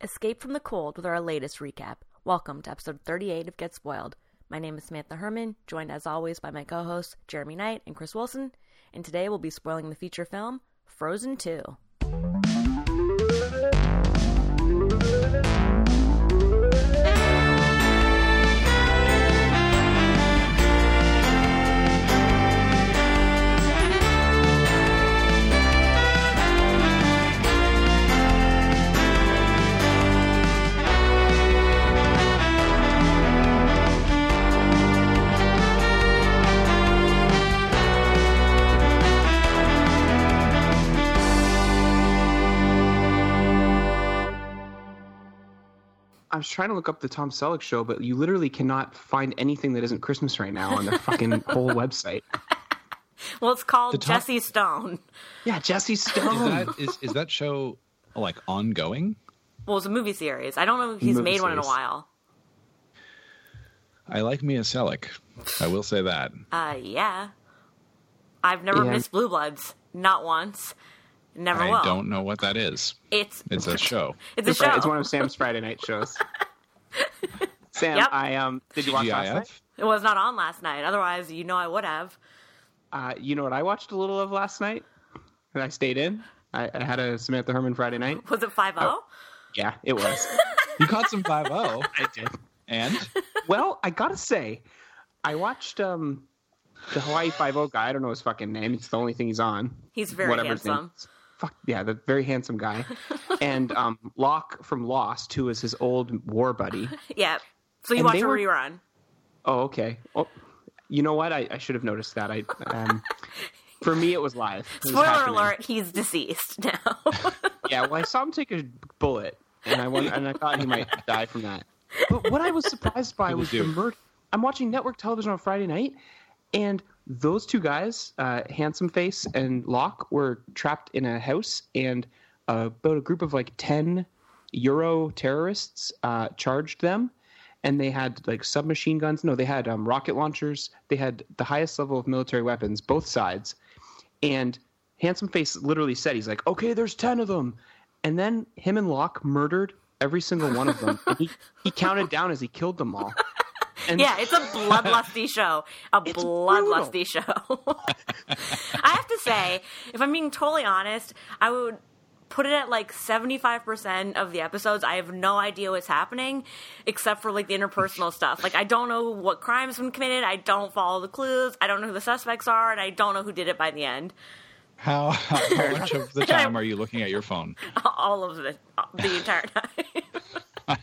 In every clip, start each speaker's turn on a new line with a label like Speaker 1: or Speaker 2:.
Speaker 1: Escape from the cold with our latest recap. Welcome to episode 38 of Get Spoiled. My name is Samantha Herman, joined as always by my co hosts Jeremy Knight and Chris Wilson, and today we'll be spoiling the feature film Frozen 2.
Speaker 2: I was trying to look up the Tom Selleck show, but you literally cannot find anything that isn't Christmas right now on their fucking whole website.
Speaker 1: Well, it's called
Speaker 3: The top-
Speaker 1: Jesse Stone.
Speaker 2: Yeah, Jesse Stone.
Speaker 3: Is that is, is that show like ongoing?
Speaker 1: Well, it's a movie series. I don't know if he's
Speaker 2: Movie
Speaker 1: made one in a
Speaker 2: series.
Speaker 1: while.
Speaker 3: I like Mia Selleck. I will say that.
Speaker 1: Uh, yeah. I've never
Speaker 2: Yeah.
Speaker 1: missed Blue Bloods. Not once. Never
Speaker 3: I
Speaker 1: will.
Speaker 3: don't know what that is.
Speaker 1: It's
Speaker 3: It's a show.
Speaker 1: it's a
Speaker 2: Fri-
Speaker 1: show.
Speaker 2: It's one of Sam's Friday night shows. Sam,
Speaker 1: Yep.
Speaker 2: I um, did you watch last night?
Speaker 3: GIF.
Speaker 1: It was not on last night. Otherwise, you know I would have.
Speaker 2: Uh, you know what I watched a little of last night, and I stayed in. I, I had a Samantha Herman Friday night.
Speaker 1: Was it oh? 5
Speaker 2: Yeah, it was.
Speaker 3: You caught some five zero,
Speaker 2: I did.
Speaker 3: and
Speaker 2: Well, I gotta say, I watched um, the Hawaii Five O guy. I don't know his fucking name. It's the only thing he's on.
Speaker 1: He's very
Speaker 2: whatever his name
Speaker 1: handsome.
Speaker 2: is. Fuck yeah, the very handsome guy, and um, Locke from Lost, who is his old war buddy.
Speaker 1: Yeah. So you
Speaker 2: And
Speaker 1: watch
Speaker 2: they
Speaker 1: a
Speaker 2: were-
Speaker 1: rerun.
Speaker 2: Oh, okay. Oh, you know what? I, I should have noticed that. I um, for me it was live. It was
Speaker 1: Spoiler
Speaker 2: happening.
Speaker 1: alert, he's deceased now.
Speaker 2: Yeah, well, I saw him take a bullet, and I won- and I thought he might die from that. But what I was surprised by
Speaker 3: People
Speaker 2: was the
Speaker 3: do.
Speaker 2: murder. I'm watching network television on Friday night, and those two guys, uh, Handsome Face and Locke, were trapped in a house, and uh, about a group of like ten Euro terrorists uh, charged them. And they had like submachine guns. No, they had um, rocket launchers. They had the highest level of military weapons, both sides. And Handsome Face literally said, he's like, okay, there's 10 of them. And then him and Locke murdered every single one of them. And he, he counted down as he killed them all. And
Speaker 1: yeah, it's a bloodlusty show. A
Speaker 2: It's
Speaker 1: bloodlusty show. I have to say, if I'm being totally honest, I would put it at like 75% of the episodes. I have no idea what's happening except for like the interpersonal stuff. Like, I don't know what crime's been committed. I don't follow the clues. I don't know who the suspects are. And I don't know who did it by the end.
Speaker 3: how, how much of the time are you looking at your phone?
Speaker 1: all of the the entire time.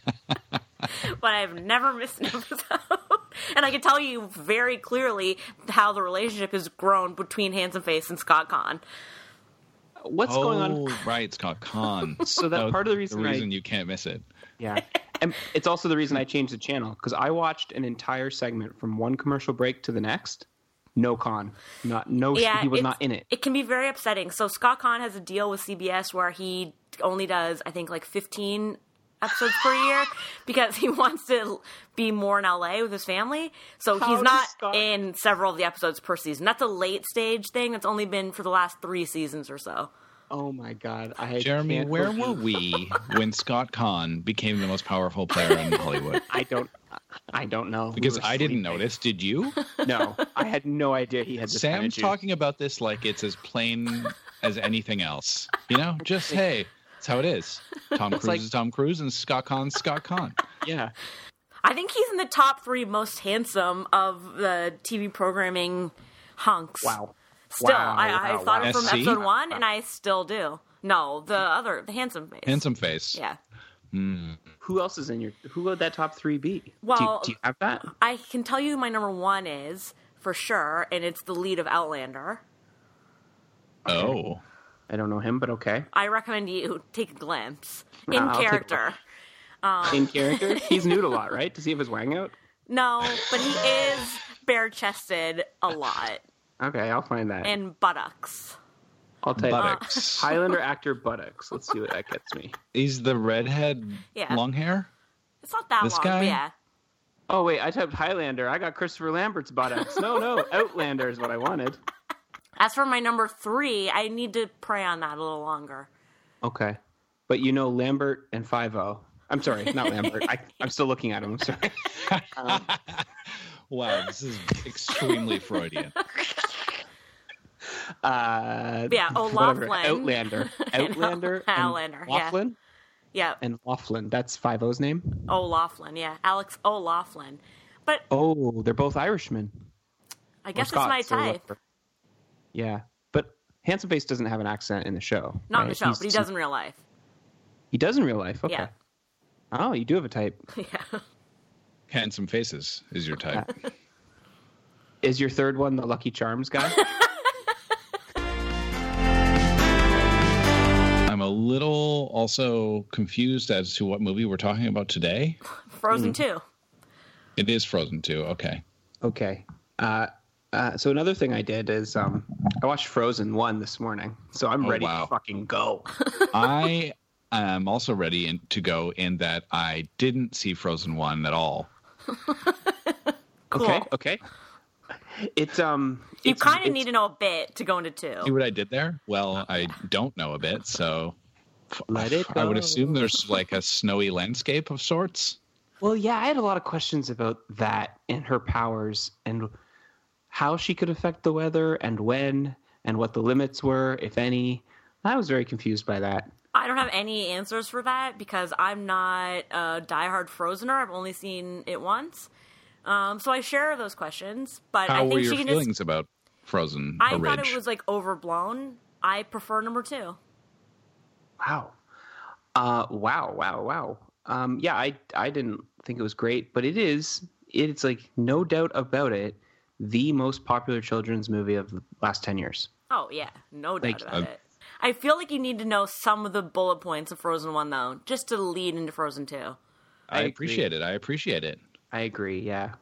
Speaker 1: but I've never missed an episode, and I can tell you very clearly how the relationship has grown between Handsome Face and Scott Kahn.
Speaker 2: what's
Speaker 3: oh,
Speaker 2: going on?
Speaker 3: right, it's called con.
Speaker 2: So that part of the reason
Speaker 3: the
Speaker 2: I-
Speaker 3: reason you can't miss it.
Speaker 2: Yeah. And it's also the reason I changed the channel because I watched an entire segment from one commercial break to the next. No con. Not, no,
Speaker 1: Yeah,
Speaker 2: he was
Speaker 1: it's-
Speaker 2: not in it.
Speaker 1: It can be very upsetting. So Scott Kahn has a deal with CBS where he only does, I think, like fifteen episodes per year because he wants to be more in LA with his family. So
Speaker 2: How
Speaker 1: he's
Speaker 2: does
Speaker 1: not
Speaker 2: Scott-
Speaker 1: in several of the episodes per season. That's a late stage thing. That's only been for the last three seasons or so.
Speaker 2: Oh my God. I
Speaker 3: Jeremy,
Speaker 2: can't
Speaker 3: where
Speaker 2: believe-
Speaker 3: were we when Scott Kahn became the most powerful player in Hollywood?
Speaker 2: I don't. I don't know. We
Speaker 3: Because
Speaker 2: were
Speaker 3: I didn't
Speaker 2: sleeping.
Speaker 3: notice. Did you?
Speaker 2: No, I had no idea he had this kind of
Speaker 3: Sam's
Speaker 2: juice.
Speaker 3: talking about this like it's as plain as anything else. You know, just hey, that's how it is. Tom Cruise
Speaker 2: like-
Speaker 3: is Tom Cruise and Scott Con's Scott Con.
Speaker 2: Yeah.
Speaker 1: I think he's in the top three most handsome of the TV programming hunks.
Speaker 2: Wow.
Speaker 1: Still,
Speaker 2: Wow,
Speaker 1: I, I
Speaker 2: wow,
Speaker 1: thought it
Speaker 3: wow.
Speaker 1: from
Speaker 3: SC?
Speaker 1: episode one, and I still do. No, the other, the handsome face.
Speaker 3: Handsome face.
Speaker 1: Yeah.
Speaker 2: Who else is in your? Who would that top three be? Do you-
Speaker 1: Well-
Speaker 2: do you, have that?
Speaker 1: I can tell you who my number one is for sure, and it's the lead of Outlander.
Speaker 3: Oh.
Speaker 2: I don't know him, but okay.
Speaker 1: I recommend you take a glimpse in
Speaker 2: I'll take a
Speaker 1: character. Uh,
Speaker 2: In character, he's nude a lot, right? Does he have his wang out?
Speaker 1: No, but he is bare chested a lot
Speaker 2: Okay, I'll find that.
Speaker 1: and buttocks.
Speaker 2: I'll type it.
Speaker 3: Buttocks.
Speaker 2: Highlander actor buttocks. Let's see what that gets me.
Speaker 3: He's the redhead
Speaker 1: Yeah.
Speaker 3: long hair?
Speaker 1: It's not that
Speaker 3: This
Speaker 1: long,
Speaker 3: guy?
Speaker 1: but yeah.
Speaker 2: Oh wait, I typed Highlander. I got Christopher Lambert's buttocks. No, no, Outlander is what I wanted.
Speaker 1: As for my number three, I need to pray on that a little longer.
Speaker 2: Okay, but you know Lambert and Five O. I'm sorry, not Lambert. I, I'm still looking at him. I'm sorry. Um,
Speaker 3: wow, this is extremely Freudian.
Speaker 2: uh,
Speaker 1: Yeah,
Speaker 2: whatever.
Speaker 1: O'Loughlin.
Speaker 2: Outlander,
Speaker 1: And
Speaker 2: Outlander, and
Speaker 1: O'Hallander, yeah.
Speaker 2: Laughlin,
Speaker 1: Yeah,
Speaker 2: and Laughlin. That's Five O's name.
Speaker 1: O'Laughlin. Yeah, Alex O'Laughlin. But
Speaker 2: Oh, they're both Irishmen.
Speaker 1: I
Speaker 2: or
Speaker 1: guess
Speaker 2: Scots,
Speaker 1: it's
Speaker 2: or
Speaker 1: my type.
Speaker 2: whatever. Yeah, but handsome face doesn't have an accent in the show.
Speaker 1: Not in the
Speaker 2: right?
Speaker 1: show,
Speaker 2: He's-
Speaker 1: but he does in real life.
Speaker 2: He does in real life. Okay.
Speaker 1: Yeah.
Speaker 2: Oh, you do have a type.
Speaker 1: Yeah.
Speaker 3: Handsome faces is your type.
Speaker 2: Is your third one the Lucky Charms guy?
Speaker 3: I'm a little also confused as to what movie we're talking about today.
Speaker 2: Mm.
Speaker 1: Frozen too.
Speaker 3: It is Frozen 2. Okay.
Speaker 2: okay. Uh, uh, so another thing I did is um, I watched Frozen one this morning, so I'm
Speaker 3: Oh,
Speaker 2: ready
Speaker 3: wow.
Speaker 2: to fucking go.
Speaker 3: I am also ready in, to go in that I didn't see Frozen 1 at all.
Speaker 1: Cool.
Speaker 2: Okay. Okay. It's um.
Speaker 1: You
Speaker 2: it's-
Speaker 1: kind of
Speaker 2: it's-
Speaker 1: need to know a bit to go into
Speaker 3: See
Speaker 1: two.
Speaker 3: what I did there? Well, I don't know a bit, so
Speaker 2: Let it
Speaker 3: I would
Speaker 2: go.
Speaker 3: assume there's like a snowy landscape of sorts.
Speaker 2: Well, yeah, I had a lot of questions about that and her powers and how she could affect the weather and when and what the limits were, if any. I was very confused by that.
Speaker 1: I don't have any answers for that because I'm not a diehard Frozener. I've only seen it once. Um, so I share those questions, but I
Speaker 3: How
Speaker 1: think
Speaker 3: were
Speaker 1: she
Speaker 3: your
Speaker 1: can
Speaker 3: feelings
Speaker 1: just.
Speaker 3: about Frozen?
Speaker 1: I
Speaker 3: a
Speaker 1: thought
Speaker 3: Ridge?
Speaker 1: it was like overblown. I prefer number two.
Speaker 2: Wow. Uh, wow, wow, wow. Um, yeah, I, I didn't think it was great, but it is. It's like, no doubt about it, the most popular children's movie of the last 10 years.
Speaker 1: Oh yeah, no doubt
Speaker 2: Like,
Speaker 1: about
Speaker 3: um,
Speaker 1: it. I feel like you need to know some of the bullet points of Frozen One though, just to lead into Frozen Two.
Speaker 2: I
Speaker 3: I
Speaker 2: agree.
Speaker 3: appreciate it. I appreciate it.
Speaker 2: I agree, yeah.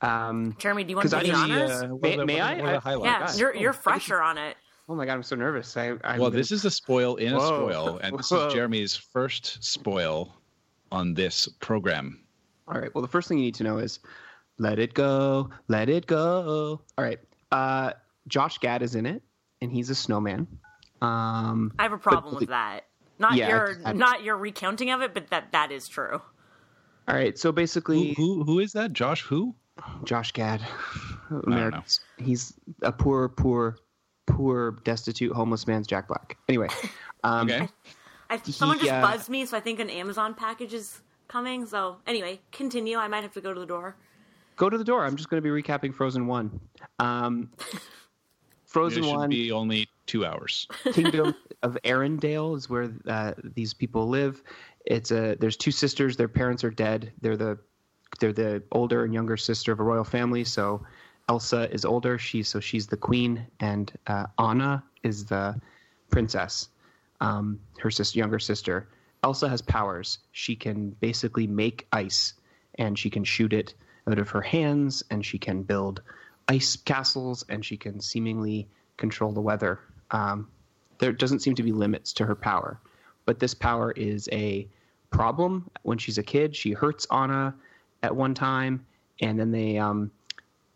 Speaker 2: Um,
Speaker 1: Jeremy, do you want to
Speaker 2: 'Cause
Speaker 1: do the
Speaker 2: I-
Speaker 1: honors?
Speaker 2: uh, May- what are- may what are I? the I-
Speaker 1: yeah,
Speaker 2: God.
Speaker 1: you're you're fresher on it.
Speaker 2: oh my God, I'm so nervous. I, I'm
Speaker 3: well,
Speaker 2: gonna-
Speaker 3: this is a spoil in a
Speaker 2: Whoa.
Speaker 3: spoil, and this
Speaker 2: Whoa.
Speaker 3: is Jeremy's first spoil on this program.
Speaker 2: All right. Well, the first thing you need to know is let it go, let it go. All right. Uh, Josh Gad is in it, and he's a snowman. Um,
Speaker 1: I have a problem with that. Not
Speaker 2: Yeah,
Speaker 1: your
Speaker 2: I-
Speaker 1: not your recounting of it, but that that is true.
Speaker 2: all right. So
Speaker 3: Who,
Speaker 2: basically,
Speaker 3: who who is that? Josh? Who?
Speaker 2: Josh Gad,
Speaker 3: know.
Speaker 2: American, he's a poor, poor, poor, destitute, homeless man's Jack Black. Anyway, um,
Speaker 3: Okay.
Speaker 1: I, someone just
Speaker 2: uh,
Speaker 1: buzzed me, so I think an Amazon package is coming. So anyway, continue. I might have to go to the door.
Speaker 2: go to the door. I'm just going to be recapping Frozen One. Um,
Speaker 3: It
Speaker 2: Frozen
Speaker 3: should
Speaker 2: One.
Speaker 3: be only two hours.
Speaker 2: kingdom of Arendelle is where uh, these people live. It's a there's two sisters. Their parents are dead. They're the they're the older and younger sister of a royal family. So Elsa is older. She's so she's the queen, and uh, Anna is the princess. Um, her sister, younger sister. Elsa has powers. She can basically make ice, and she can shoot it out of her hands, and she can build ice castles, and she can seemingly control the weather. Um, there doesn't seem to be limits to her power. But this power is a problem when she's a kid. She hurts Anna at one time, and then they, um,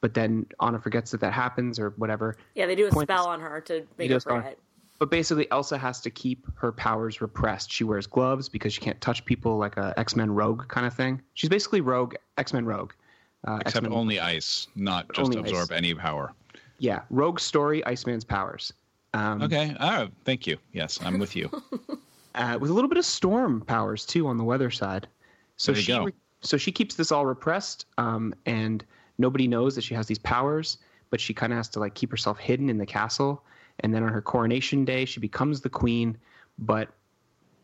Speaker 2: but then Anna forgets that that happens or whatever.
Speaker 1: Yeah, they do a
Speaker 2: Point
Speaker 1: spell
Speaker 2: is-
Speaker 1: on her to
Speaker 2: He
Speaker 1: make her
Speaker 2: goes on.
Speaker 1: forget.
Speaker 2: But basically, Elsa has to keep her powers repressed. She wears gloves because she can't touch people, like a X Men Rogue kind of thing. She's basically Rogue, X Men Rogue. Uh,
Speaker 3: Except
Speaker 2: X-Men
Speaker 3: only ice, not just
Speaker 2: Only ice.
Speaker 3: absorb any power.
Speaker 2: yeah, Rogue story, Iceman's powers. Um,
Speaker 3: Okay. Oh, thank you. Yes, I'm with you.
Speaker 2: uh, with a little bit of storm powers too on the weather side. So
Speaker 3: There you
Speaker 2: she
Speaker 3: go.
Speaker 2: so she keeps this all repressed, um, and nobody knows that she has these powers. But she kind of has to like keep herself hidden in the castle, and then on her coronation day, she becomes the queen. But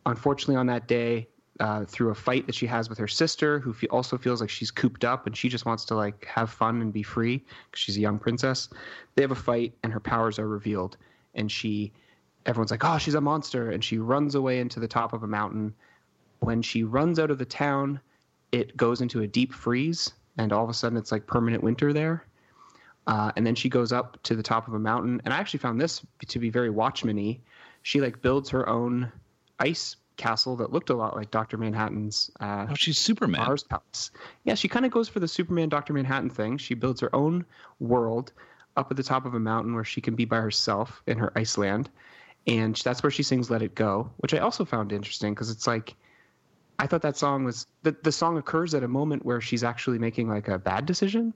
Speaker 2: unfortunately, on that day, uh, through a fight that she has with her sister, who fe- also feels like she's cooped up and she just wants to like have fun and be free because she's a young princess, they have a fight and her powers are revealed. And she, everyone's like, "Oh, she's a monster!" And she runs away into the top of a mountain. When she runs out of the town, it goes into a deep freeze, and all of a sudden, it's like permanent winter there. Uh, and then she goes up to the top of a mountain. And I actually found this to be very Watchmeny. She like builds her own ice castle that looked a lot like Doctor Manhattan's uh,
Speaker 3: Oh, she's Superman.
Speaker 2: Mars Palace. Yeah, she kind of goes for the Superman Doctor Manhattan thing. She builds her own world up at the top of a mountain where she can be by herself in her Iceland, and that's where she sings "Let It Go," which I also found interesting because it's like I thought that song was the the song occurs at a moment where she's actually making like a bad decision.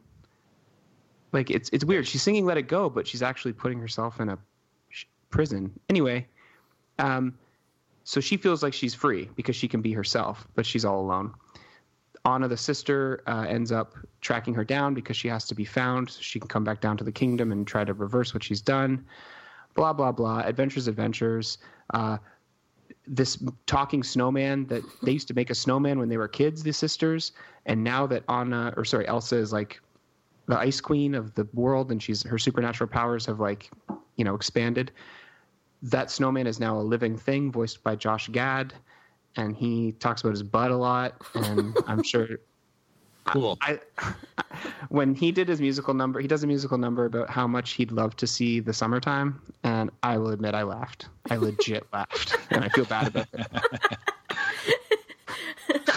Speaker 2: Like it's it's weird. She's singing "Let It Go," but she's actually putting herself in a sh- prison. Anyway, um, so she feels like she's free because she can be herself, but she's all alone. Anna, the sister, uh, ends up tracking her down because she has to be found so she can come back down to the kingdom and try to reverse what she's done. Blah blah blah. Adventures, adventures. Uh, this talking snowman that they used to make a snowman when they were kids, the sisters, and now that Anna or sorry Elsa is like the ice queen of the world, and she's her supernatural powers have like you know expanded. That snowman is now a living thing, voiced by Josh Gad, and he talks about his butt a lot, and I'm sure.
Speaker 3: Cool.
Speaker 2: I, when he did his musical number, he does a musical number about how much he'd love to see the summertime, and I will admit I laughed. I legit laughed, and I feel bad about it.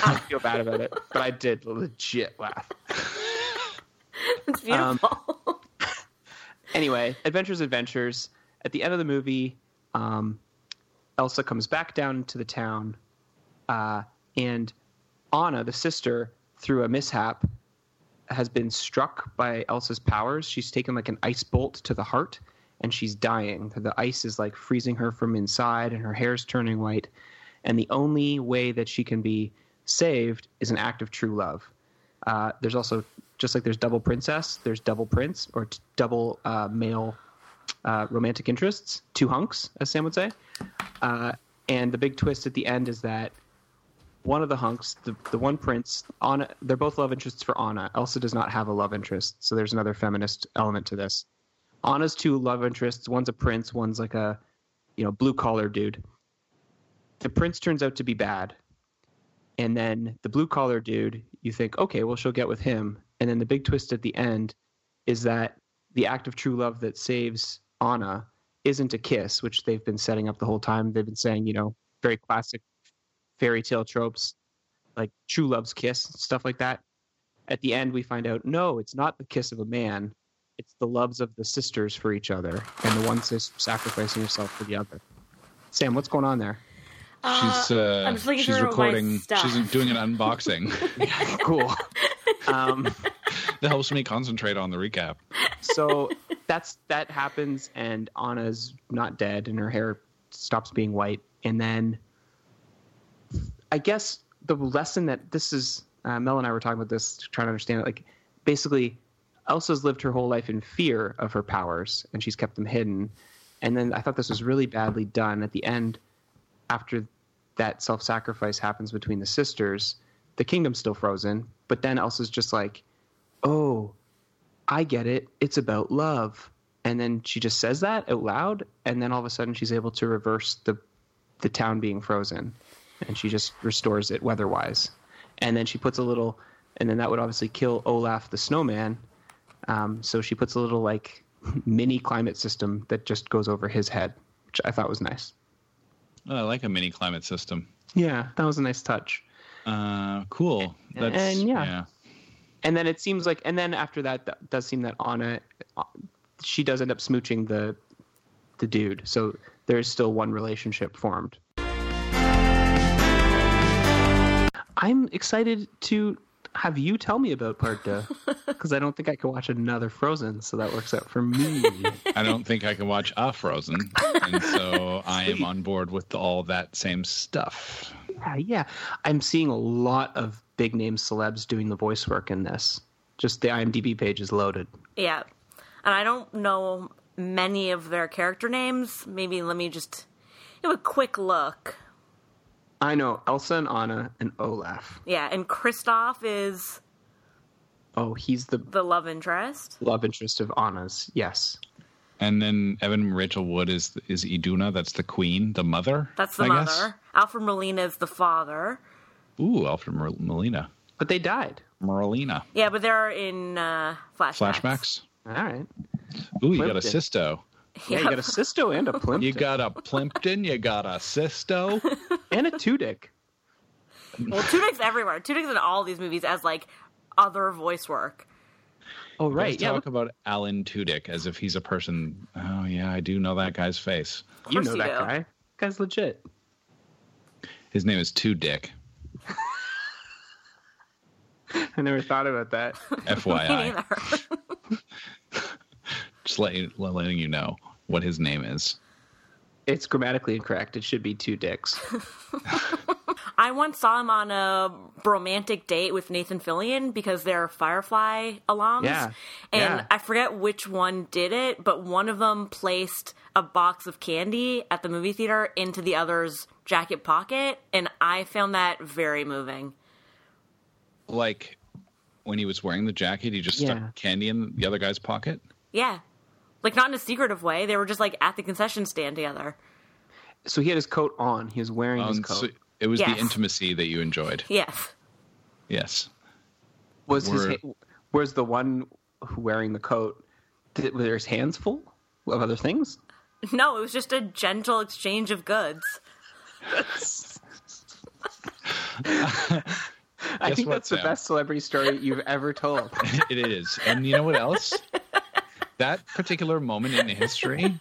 Speaker 2: I feel bad about it, but I did legit laugh.
Speaker 1: It's
Speaker 2: Um,
Speaker 1: beautiful.
Speaker 2: Anyway, Adventures Adventures. At the end of the movie, um, Elsa comes back down to the town, uh, and Anna, the sister, through a mishap, has been struck by Elsa's powers. She's taken like an ice bolt to the heart, and she's dying. The ice is like freezing her from inside, and her hair's turning white. And the only way that she can be saved is an act of true love. Uh, there's also just like there's double princess, there's double prince or t- double uh, male uh, romantic interests, two hunks, as Sam would say. Uh, and the big twist at the end is that one of the hunks, the, the one prince, Anna, they're both love interests for Anna. Elsa does not have a love interest, so there's another feminist element to this. Anna's two love interests, one's a prince, one's like a, you know, blue collar dude. The prince turns out to be bad, and then the blue collar dude, you think, okay, well, she'll get with him. And then the big twist at the end is that the act of true love that saves Anna isn't a kiss, which they've been setting up the whole time. They've been saying, you know, very classic fairy tale tropes, like true love's kiss, stuff like that. At the end, we find out, no, it's not the kiss of a man. It's the loves of the sisters for each other, and the one sister sacrificing herself for the other. Sam, what's going on there?
Speaker 3: She's uh,
Speaker 1: I'm just looking
Speaker 3: she's
Speaker 1: through my
Speaker 3: recording.
Speaker 1: stuff.
Speaker 3: She's doing an unboxing.
Speaker 2: cool. Um,
Speaker 3: that helps me concentrate on the recap.
Speaker 2: so that's that happens and anna's not dead and her hair stops being white and then i guess the lesson that this is uh, mel and i were talking about this trying to understand it like basically elsa's lived her whole life in fear of her powers and she's kept them hidden and then i thought this was really badly done at the end after that self-sacrifice happens between the sisters the kingdom's still frozen but then elsa's just like oh I get it. It's about love. And then she just says that out loud, and then all of a sudden she's able to reverse the the town being frozen, and she just restores it weatherwise. And then she puts a little, and then that would obviously kill Olaf the snowman. Um, so she puts a little like mini climate system that just goes over his head, which I thought was nice.
Speaker 3: Oh, I like a mini climate system.
Speaker 2: Yeah, that was a nice touch.
Speaker 3: Uh, cool. That's
Speaker 2: And, yeah.
Speaker 3: yeah.
Speaker 2: and then it seems like and then after that that does seem that anna uh, she does end up smooching the the dude so there's still one relationship formed i'm excited to have you tell me about part two because i don't think i can watch another frozen so that works out for me
Speaker 3: I don't think I can watch a Frozen, and so I am on board with all that same stuff.
Speaker 2: yeah yeah i'm seeing a lot of big name celebs doing the voice work in this just the imdb page is loaded
Speaker 1: yeah. And I don't know many of their character names. Maybe let me just give a quick look.
Speaker 2: i know elsa and anna and olaf
Speaker 1: Yeah, and Kristoff is
Speaker 2: oh he's the
Speaker 1: the love interest.
Speaker 2: love interest of Anna's. Yes.
Speaker 3: And then Evan Rachel Wood is is Iduna. That's the queen, the mother.
Speaker 1: That's the
Speaker 3: I
Speaker 1: mother.
Speaker 3: guess?
Speaker 1: Alfred Molina is the father.
Speaker 3: Ooh, Alfred Mer- Molina.
Speaker 2: But they died.
Speaker 3: Merlina.
Speaker 1: Yeah, but they're in uh, flashbacks.
Speaker 3: Flashbacks.
Speaker 2: All right.
Speaker 3: Ooh, you got a
Speaker 2: Plimpton.
Speaker 3: Sisto.
Speaker 2: Yeah, you got a Sisto and a Plimpton.
Speaker 3: You got a Plimpton. You got a Sisto.
Speaker 2: and a Tudic.
Speaker 1: Well, Tudyk's everywhere. Tudyk's in all these movies as like other voice work.
Speaker 2: Oh
Speaker 3: Let's
Speaker 2: right. Yeah. look,
Speaker 3: talk about Alan Tudyk as if he's a person. Oh yeah, I do know that guy's face.
Speaker 1: Of
Speaker 2: you
Speaker 1: course
Speaker 2: know that
Speaker 1: do.
Speaker 2: guy. Guy's legit.
Speaker 3: His name is Tudyk.
Speaker 2: I never thought about that.
Speaker 1: Me
Speaker 3: FYI,
Speaker 1: neither.
Speaker 3: just let you, letting you know what his name is.
Speaker 2: It's grammatically incorrect. It should be two dicks.
Speaker 1: I once saw him on a romantic date with Nathan Fillion because they're Firefly alums.
Speaker 2: Yeah,
Speaker 1: And
Speaker 2: yeah.
Speaker 1: I forget which one did it, but one of them placed a box of candy at the movie theater into the other's jacket pocket, and I found that very moving.
Speaker 3: Like when he was wearing the jacket, he just
Speaker 2: Yeah.
Speaker 3: stuck candy in the other guy's pocket.
Speaker 1: Yeah. Like not in a secretive way. They were just like at the concession stand together.
Speaker 2: So he had his coat on. He was wearing his
Speaker 3: Um,
Speaker 2: coat.
Speaker 3: so it was
Speaker 1: Yes.
Speaker 3: the intimacy that you enjoyed.
Speaker 1: Yes.
Speaker 3: Yes.
Speaker 2: was his
Speaker 3: were-
Speaker 2: ha- was the one who wearing the coat? Did, were his hands full of other things?
Speaker 1: No, it was just a gentle exchange of goods.
Speaker 2: I
Speaker 3: Guess
Speaker 2: think
Speaker 3: what,
Speaker 2: that's the
Speaker 3: Sam?
Speaker 2: best celebrity story you've ever told.
Speaker 3: it is. And you know what else? that particular moment in history,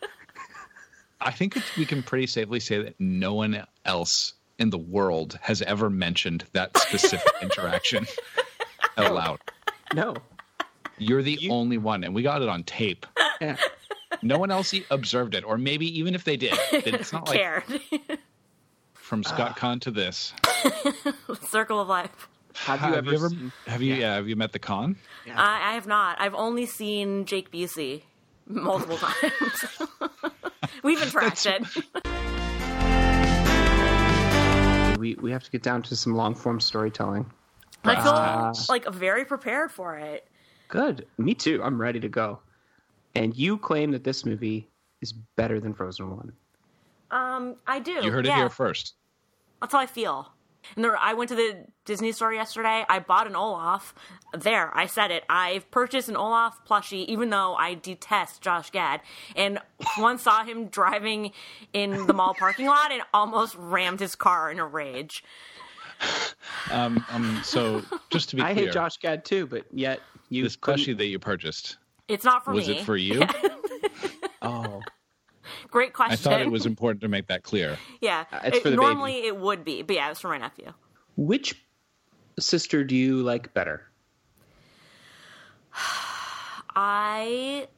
Speaker 3: I think it's, we can pretty safely say that no one else in the world has ever mentioned that specific interaction out loud.
Speaker 2: No.
Speaker 3: You're the only one, and we got it on tape.
Speaker 2: Yeah.
Speaker 3: No one else e- observed it, or maybe even if they did, then it's not like
Speaker 1: Cared.
Speaker 3: from
Speaker 2: Ah.
Speaker 3: Scott Kahn to this.
Speaker 1: Circle of life.
Speaker 2: Have you ever? seen-
Speaker 3: have you yeah, have you met the Khan?
Speaker 1: I, I have not. I've only seen Jake Busey multiple times. We've interacted.
Speaker 2: we we have to get down to some long form storytelling.
Speaker 1: I feel
Speaker 2: Perhaps.
Speaker 1: like very prepared for it.
Speaker 2: Good. Me too. I'm ready to go. And you claim that this movie is better than Frozen One.
Speaker 1: Um, I do.
Speaker 2: Oh,
Speaker 3: You heard it
Speaker 1: yeah,
Speaker 3: here first.
Speaker 1: That's how I feel. And there, I went to the Disney store yesterday. I bought an Olaf. There, I said it. I've purchased an Olaf plushie, even though I detest Josh Gad. And once saw him driving in the mall parking lot and almost rammed his car in a rage.
Speaker 3: Um, um, so just to be
Speaker 2: I
Speaker 3: clear,
Speaker 2: hate Josh Gad too, but yet you
Speaker 3: this
Speaker 2: couldn't-
Speaker 3: plushie that you purchased
Speaker 1: It's not for
Speaker 3: was
Speaker 1: me.
Speaker 3: it for you?
Speaker 2: Oh,
Speaker 1: Great question.
Speaker 3: I thought it was important to make that clear.
Speaker 1: Yeah,
Speaker 2: Uh, it's
Speaker 1: It-
Speaker 2: for the baby.
Speaker 1: normally it would be, but yeah, it was for my nephew.
Speaker 2: which sister do you like better?
Speaker 1: I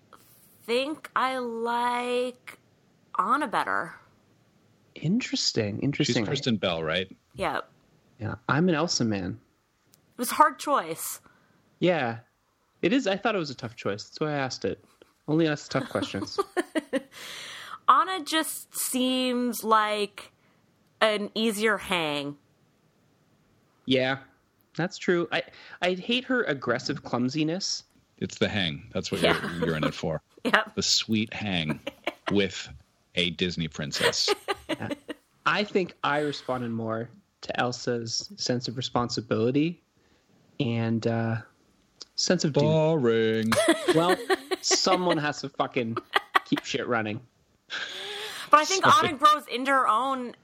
Speaker 1: think I like Anna better.
Speaker 2: Interesting.
Speaker 3: She's
Speaker 2: Interesting.
Speaker 3: Kristen Bell, right?
Speaker 1: Yeah, it
Speaker 2: Yeah, I'm an Elsa man.
Speaker 1: was a hard choice.
Speaker 2: Yeah, it is. I thought it was a tough choice. That's why I asked it. Only ask tough questions.
Speaker 1: Anna just seems like an easier hang.
Speaker 2: yeah, that's true. I I hate her aggressive clumsiness.
Speaker 3: It's the hang. That's what
Speaker 1: Yeah.
Speaker 3: you're, you're in it for.
Speaker 1: Yep.
Speaker 3: The sweet hang with a Disney princess.
Speaker 2: I think I responded more to Elsa's sense of responsibility and uh, sense of duty.
Speaker 3: Boring.
Speaker 2: Well, someone has to fucking keep shit running.
Speaker 1: But I think Anna grows into her own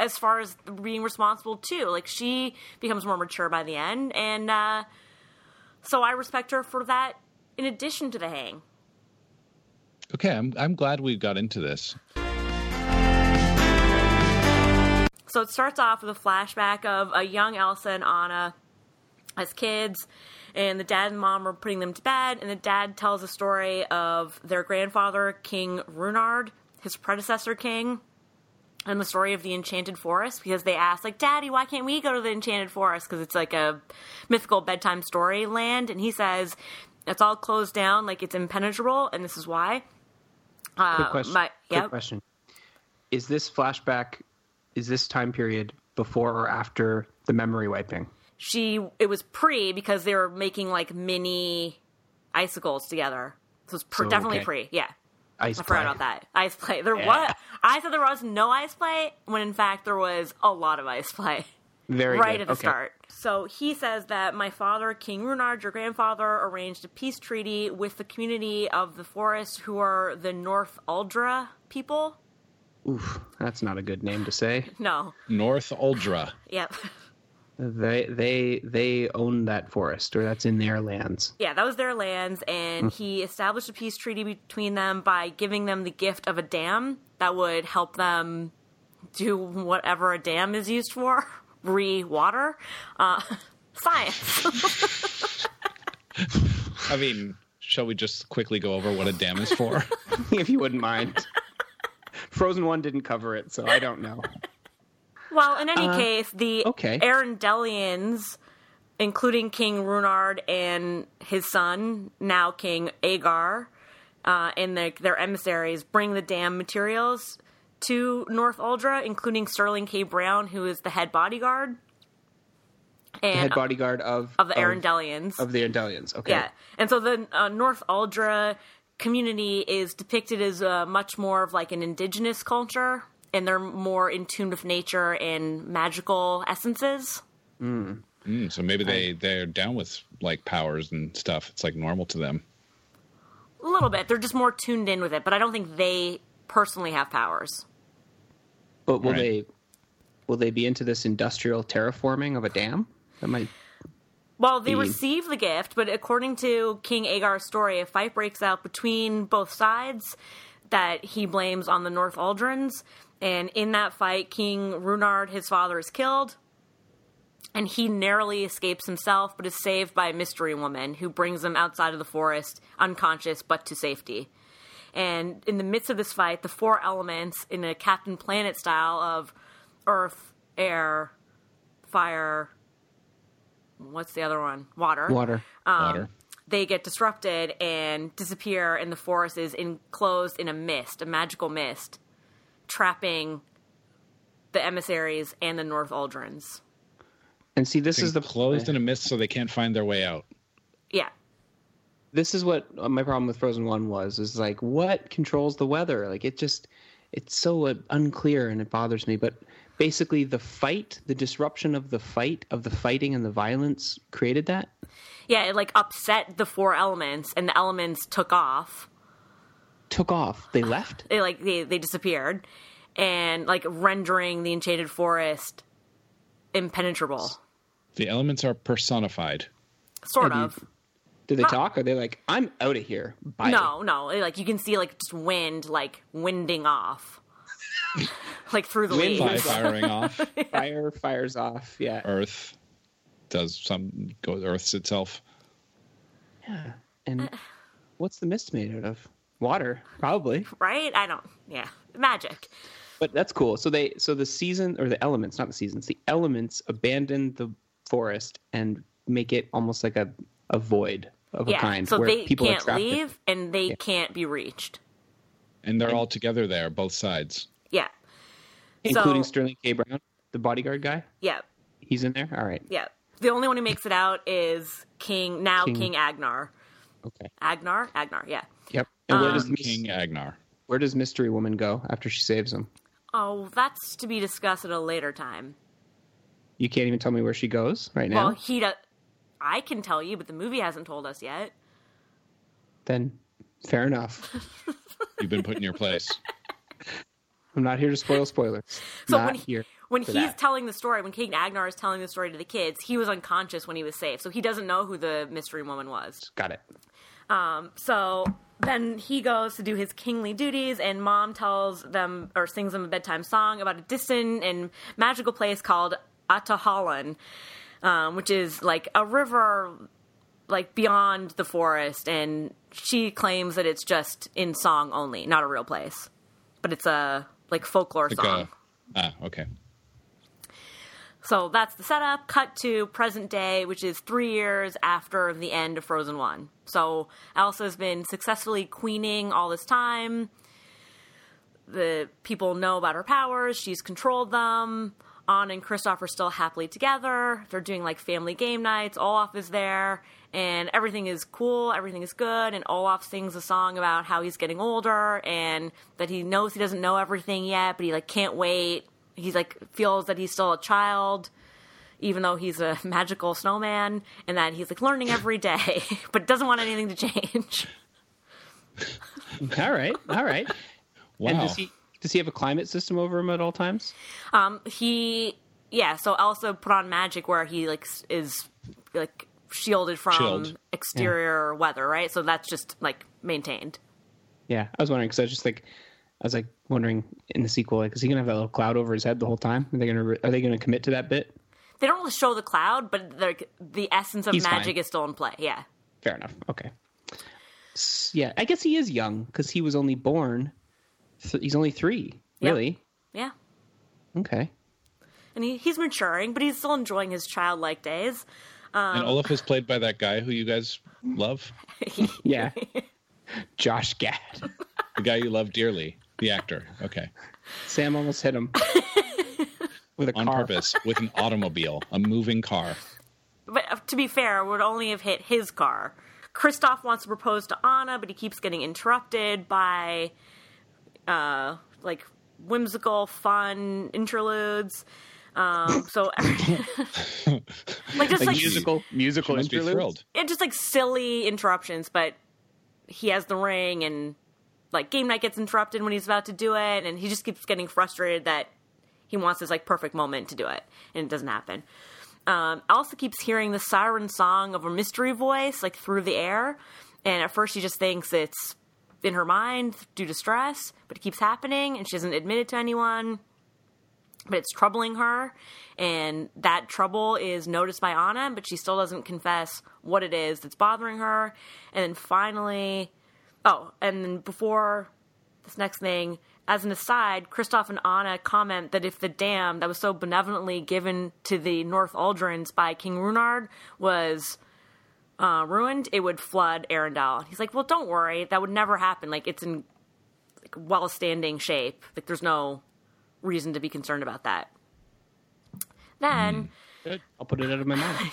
Speaker 1: as far as being responsible too. Like she becomes more mature by the end, and uh, so I respect her for that. In addition to the hang,
Speaker 3: Okay, I'm I'm glad we got into this.
Speaker 1: So it starts off with a flashback of a young Elsa and Anna as kids, and the dad and mom are putting them to bed, and the dad tells a story of their grandfather, King Runard, his predecessor king, and the story of the Enchanted Forest, because they asked, like, Daddy, why can't we go to the Enchanted Forest? Because it's like a mythical bedtime story land, and he says, it's all closed down, like it's impenetrable, and this is why. Uh,
Speaker 2: Quick question.
Speaker 1: my-
Speaker 2: Quick
Speaker 1: yep.
Speaker 2: question. Is this flashback? Is this time period before or after the memory wiping?
Speaker 1: she it was pre because they were making like mini icicles together. So it's pre,
Speaker 2: So,
Speaker 1: definitely
Speaker 2: okay.
Speaker 1: pre. Yeah,
Speaker 2: Ice
Speaker 1: I forgot
Speaker 2: play.
Speaker 1: about that ice play. There was I said there was no ice play when in fact there was a lot of ice play
Speaker 2: Very
Speaker 1: right
Speaker 2: good.
Speaker 1: at the
Speaker 2: Okay.
Speaker 1: start. So he says that my father, King Runard, your grandfather, arranged a peace treaty with the community of the forest, who are the North Uldra people.
Speaker 2: Oof, that's not a good name to say.
Speaker 1: No,
Speaker 3: North Uldra.
Speaker 1: yep.
Speaker 2: They they they own that forest, or that's in their lands.
Speaker 1: Yeah, that was their lands, and he established a peace treaty between them by giving them the gift of a dam that would help them do whatever a dam is used for re water. Uh, Science.
Speaker 3: I mean, shall we just quickly go over what a dam is for?
Speaker 2: if you wouldn't mind. Frozen One didn't cover it, so I don't know.
Speaker 1: well, in any case, the
Speaker 2: Uh, okay.
Speaker 1: Arendellians, including King Runard and his son, now King Agar, uh, and their, their emissaries, bring the dam materials to North Uldra, including Sterling K. Brown, who is the head bodyguard.
Speaker 2: The
Speaker 1: And
Speaker 2: head bodyguard of
Speaker 1: of the Arendellians.
Speaker 2: of the Arendellians. Okay.
Speaker 1: Yeah, and so the uh, North Aldra community is depicted as uh, much more of like an indigenous culture, and they're more in tune with nature and magical essences.
Speaker 3: Mm, so maybe they they're down with like powers and stuff. It's like normal to them.
Speaker 1: A little bit, they're just more tuned in with it, but I don't think they personally have powers.
Speaker 2: But will
Speaker 3: Right.
Speaker 2: they will they be into this industrial terraforming of a dam? That might
Speaker 1: Well, they
Speaker 2: Mm.
Speaker 1: receive the gift, but according to King Agar's story, a fight breaks out between both sides that he blames on the North Aldrins. And in that fight, King Runard, his father, is killed. And he narrowly escapes himself, but is saved by a mystery woman who brings him outside of the forest, unconscious but to safety. And in the midst of this fight, the four elements in a Captain Planet style of earth, air, fire, what's the other one? Water.
Speaker 2: water.
Speaker 1: Um,
Speaker 3: Water.
Speaker 1: They get disrupted and disappear, and the forest is enclosed in a mist, a magical mist, trapping the emissaries and the North Aldrins.
Speaker 2: And see this
Speaker 3: This
Speaker 2: is the
Speaker 3: closed in a mist, so they can't find their way out.
Speaker 1: Yeah.
Speaker 2: this is what uh, my problem with Frozen One was is like what controls the weather? Like it just it's so uh, unclear and it bothers me. But basically, the fight, the disruption of the fight, of the fighting and the violence created that.
Speaker 1: Yeah, it like upset the four elements, and the elements took off.
Speaker 2: Took off. They left.
Speaker 1: They like they, they disappeared, and like rendering the enchanted forest impenetrable.
Speaker 3: The elements are personified.
Speaker 1: Sort of.
Speaker 2: Did they talk? Are they like I'm out of here? Bye.
Speaker 1: No, no. Like you can see like just wind like winding off. like through the
Speaker 2: Wind
Speaker 1: leaves.
Speaker 3: By firing off,
Speaker 2: Fire fires off. Yeah.
Speaker 3: Earth does some goes Earths itself.
Speaker 2: Yeah. And
Speaker 1: Uh.
Speaker 2: what's the mist made out of? Water, probably.
Speaker 1: right? I don't. Yeah, magic.
Speaker 2: But that's cool. So they so the season or the elements, not the seasons, the elements abandon the forest and make it almost like a, a void of
Speaker 1: yeah.
Speaker 2: a kind
Speaker 1: so
Speaker 2: where
Speaker 1: they
Speaker 2: people are
Speaker 1: can't
Speaker 2: trapped.
Speaker 1: leave and they can't be reached.
Speaker 3: And they're all together there, both sides.
Speaker 1: Yeah.
Speaker 2: Including
Speaker 1: so,
Speaker 2: Sterling K. Brown, the bodyguard guy.
Speaker 1: yeah,
Speaker 2: He's in there. All right.
Speaker 1: yeah. The only one who makes it out is King now King,
Speaker 2: King-
Speaker 1: Agnar.
Speaker 2: Okay.
Speaker 1: Agnar, Agnar, yeah.
Speaker 2: Yep. And where
Speaker 1: Um,
Speaker 2: does Mys-
Speaker 3: King Agnar.
Speaker 2: where does Mystery Woman go after she saves him?
Speaker 1: Oh, that's to be discussed at a later time.
Speaker 2: You can't even tell me where she goes right now.
Speaker 1: Well, he does. I can tell you, but the movie hasn't told us yet.
Speaker 2: then fair enough.
Speaker 3: You've been put in your place.
Speaker 2: I'm not here to spoil spoilers.
Speaker 1: So
Speaker 2: not
Speaker 1: when he-
Speaker 2: here.
Speaker 1: When
Speaker 2: for
Speaker 1: he's
Speaker 2: that.
Speaker 1: telling the story, when King Agnar is telling the story to the kids, he was unconscious when he was saved, so he doesn't know who the mystery woman was.
Speaker 2: Got it.
Speaker 1: So then he goes to do his kingly duties, and mom tells them or sings them a bedtime song about a distant and magical place called Atahalan, um, which is like a river like beyond the forest. And she claims that it's just in song only, not a real place, but it's a like folklore
Speaker 3: Like
Speaker 1: song.
Speaker 3: a, ah, okay.
Speaker 1: So that's the setup. Cut to present day, which is three years after the end of Frozen 1. So Elsa's been successfully queening all this time. The people know about her powers, she's controlled them. Anna and Kristoff are still happily together. They're doing like family game nights. Olaf is there, and everything is cool, everything is good. And Olaf sings a song about how he's getting older and that he knows he doesn't know everything yet, but he like can't wait. He's like feels that he's still a child, even though he's a magical snowman, and that he's like learning every day, but doesn't want anything to change.
Speaker 2: All right. All right.
Speaker 3: Wow.
Speaker 2: And does he does he have a climate system over him at all times?
Speaker 1: Um, he yeah. So Elsa put on magic where he like s- is like shielded from
Speaker 3: Chilled.
Speaker 1: exterior weather, right? So that's just like maintained.
Speaker 2: Yeah, I was wondering because I was just like, I was like wondering in the sequel, like, is he gonna have that little cloud over his head the whole time? Are they gonna re- are they gonna commit to that bit?
Speaker 1: they don't really show the cloud, but they're- the essence of
Speaker 2: He's
Speaker 1: magic
Speaker 2: fine.
Speaker 1: is still in play. Yeah.
Speaker 2: Fair enough. Okay. S- Yeah, I guess he is young because he was only born. Th- he's only three,
Speaker 1: Yep.
Speaker 2: really.
Speaker 1: Yeah.
Speaker 2: Okay.
Speaker 1: And he, he's maturing, but he's still enjoying his childlike days.
Speaker 3: and Olaf is played by that guy who you guys love,
Speaker 2: Yeah. Josh Gad.
Speaker 3: the guy you love dearly, the actor. Okay,
Speaker 2: Sam almost hit him with a
Speaker 3: on
Speaker 2: car.
Speaker 3: purpose with an automobile, a moving car.
Speaker 1: But uh, to be fair, would only have hit his car. Kristoff wants to propose to Anna, but he keeps getting interrupted by, uh, like whimsical, fun interludes. Um, so, like just
Speaker 2: Like
Speaker 1: like
Speaker 2: musical,
Speaker 3: She
Speaker 2: musical
Speaker 3: must be
Speaker 2: interludes.
Speaker 3: thrilled.
Speaker 1: it just like silly interruptions, but he has the ring and like game night gets interrupted when he's about to do it and he just keeps getting frustrated that he wants this like perfect moment to do it and it doesn't happen. Um, Elsa keeps hearing the siren song of a mystery voice like through the air and at first she just thinks it's in her mind due to stress, but it keeps happening and she doesn't admit it to anyone but it's troubling her and that trouble is noticed by anna but she still doesn't confess what it is that's bothering her and then finally oh and then before this next thing as an aside christoph and anna comment that if the dam that was so benevolently given to the north aldrins by king runard was uh, ruined it would flood arendelle he's like well don't worry that would never happen like it's in like, well-standing shape like there's no reason to be concerned about that. Then
Speaker 2: I'll put it out of my mind.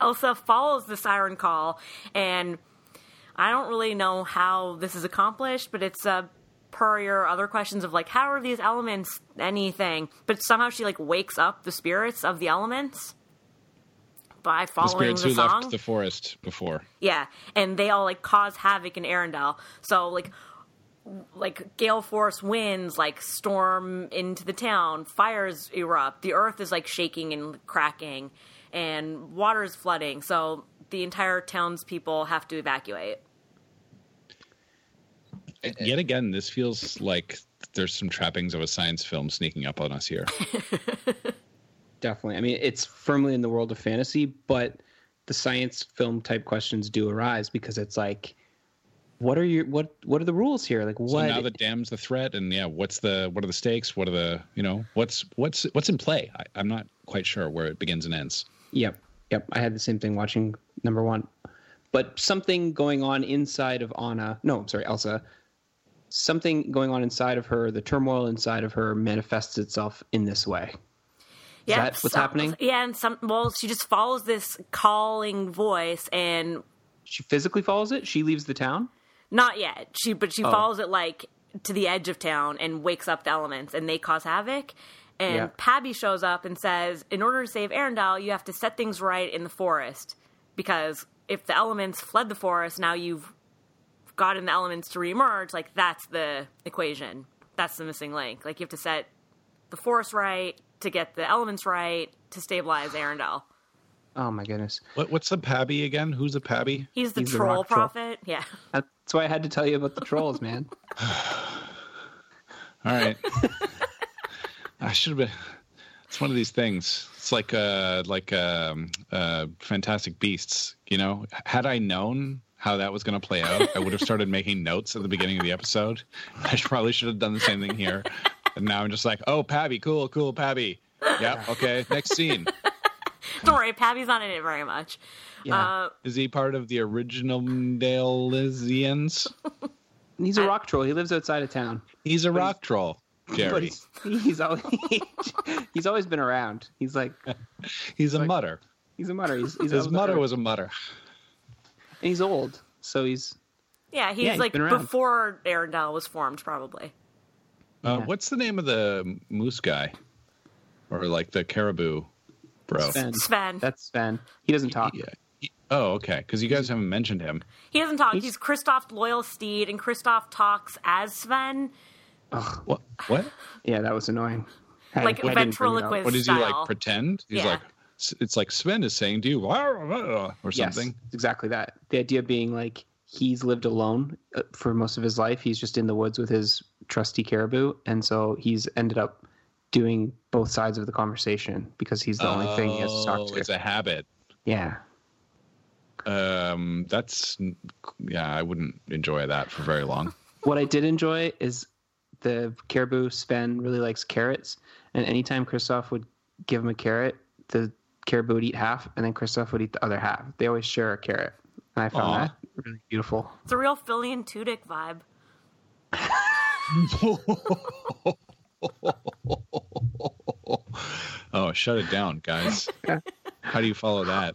Speaker 1: Elsa follows the siren call, and I don't really know how this is accomplished, but it's uh, per your other questions of like, how are these elements anything? But somehow she like wakes up the spirits of the elements by
Speaker 3: The
Speaker 1: following
Speaker 3: spirits
Speaker 1: the,
Speaker 3: who
Speaker 1: song.
Speaker 3: left the forest before.
Speaker 1: Yeah, and they all like cause havoc in Arendelle. So like like gale force winds like storm into the town, fires erupt, the earth is like shaking and cracking, and water is flooding. So the entire townspeople have to evacuate.
Speaker 3: Yet again, this feels like there's some trappings of a science film sneaking up on us here.
Speaker 2: Definitely. I mean, it's firmly in the world of fantasy, but the science film type questions do arise because it's like, what are your what what are the rules here? Like
Speaker 3: So
Speaker 2: what
Speaker 3: now the dam's the threat, and yeah, what's the what are the stakes? What are the you know what's what's what's in play? I, I'm not quite sure where it begins and ends.
Speaker 2: Yep. Yep. I had the same thing watching number one. But something going on inside of Anna, no, I'm sorry, Elsa, something going on inside of her, the turmoil inside of her manifests itself in this way.
Speaker 1: Yeah,
Speaker 2: that what's happening?
Speaker 1: Yeah, and some well, she just follows this calling voice, and
Speaker 2: She physically follows it. She leaves the town.
Speaker 1: not yet. She but
Speaker 2: Oh.
Speaker 1: she follows it like to the edge of town and wakes up the elements, and they cause havoc. And
Speaker 2: Yeah.
Speaker 1: Pabby shows up and says, "In order to save Arendelle, you have to set things right in the forest, because if the elements fled the forest, now you've gotten the elements to reemerge. Like that's the equation. That's the missing link. Like you have to set the forest right to get the elements right to stabilize Arendelle.
Speaker 2: Oh my goodness.
Speaker 3: What what's the pabby again? Who's the pabby?
Speaker 1: He's the
Speaker 2: He's the
Speaker 1: troll
Speaker 2: rock troll.
Speaker 1: prophet. Yeah."
Speaker 2: That's why I had to tell you about the trolls, man.
Speaker 3: All right, I should have been. It's one of these things. It's like uh like um uh Fantastic Beasts. You know, had I known how that was going to play out, I would have started making notes at the beginning of the episode. I should, probably should have done the same thing here. And now I'm just like, oh, Pabby, cool, cool, Pabby. Yeah, okay. Next scene.
Speaker 1: Don't worry, Pabby's not in it very much.
Speaker 2: Yeah.
Speaker 1: Uh,
Speaker 3: Is he part of the original Dalizians?
Speaker 2: And he's a rock troll. He lives outside of town.
Speaker 3: He's a rock troll,
Speaker 2: But
Speaker 3: Jerry.
Speaker 2: he's, he's, al- he's always been around. He's like,
Speaker 3: He's a
Speaker 2: like-
Speaker 3: mutter.
Speaker 2: he's a mutter. He's, he's
Speaker 3: His
Speaker 2: out
Speaker 3: mutter
Speaker 2: there.
Speaker 3: was a mutter.
Speaker 2: And he's old. So he's,
Speaker 1: Yeah, he's
Speaker 2: Yeah, he's
Speaker 1: like
Speaker 2: been around.
Speaker 1: before Arendelle was formed, probably.
Speaker 3: Uh,
Speaker 2: Yeah.
Speaker 3: What's the name of the moose guy, or like the caribou, bro? Ah,
Speaker 2: Sven.
Speaker 1: Sven.
Speaker 2: that's Sven. He doesn't talk.
Speaker 3: Yeah. He- Oh, okay. Because you guys haven't mentioned him.
Speaker 1: He doesn't talk. He's Kristoff Loyal Steed, and Kristoff talks as Sven,
Speaker 3: What? What?
Speaker 2: Yeah, that was annoying. I-
Speaker 1: like
Speaker 2: I didn't bring it up.
Speaker 1: ventriloquist
Speaker 3: What does he
Speaker 1: style.
Speaker 3: like pretend? He's
Speaker 1: Yeah.
Speaker 3: like, it's like Sven is saying to you, "Wah, wah, wah," or something.
Speaker 2: Yes, exactly that. The idea being like he's lived alone uh, for most of his life. He's just in the woods with his trusty caribou, and so he's ended up doing both sides of the conversation because he's the only thing he has to talk
Speaker 3: Oh,
Speaker 2: to.
Speaker 3: It's a habit.
Speaker 2: yeah.
Speaker 3: Um, that's yeah. I wouldn't enjoy that for very long.
Speaker 2: What I did enjoy is the caribou Sven really likes carrots, and anytime Kristoff would give him a carrot, the caribou would eat half, and then Kristoff would eat the other half. They always share a carrot, and I found
Speaker 3: Aw.
Speaker 2: that really beautiful.
Speaker 1: It's a real Philly and Tudyk vibe.
Speaker 3: oh, shut it down, guys. How do you follow that?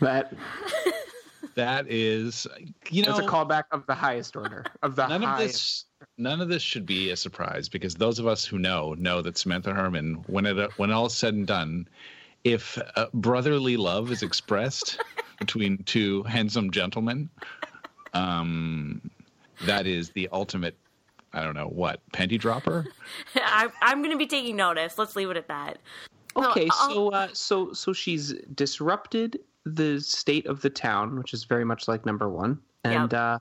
Speaker 2: That
Speaker 3: That is, you know,
Speaker 2: that's a callback of the highest order of the
Speaker 3: none of
Speaker 2: highest.
Speaker 3: this none of this should be a surprise because those of us who know know that Samantha Herman when it when all's said and done if uh, brotherly love is expressed between two handsome gentlemen um that is the ultimate I don't know what panty dropper
Speaker 1: I, I'm going to be taking notice. Let's leave it at that. No, uh-uh.
Speaker 2: Okay,
Speaker 1: I'll-
Speaker 2: so uh, so so she's disrupted the state of the town, which is very much like number one, and
Speaker 1: Yep.
Speaker 2: uh,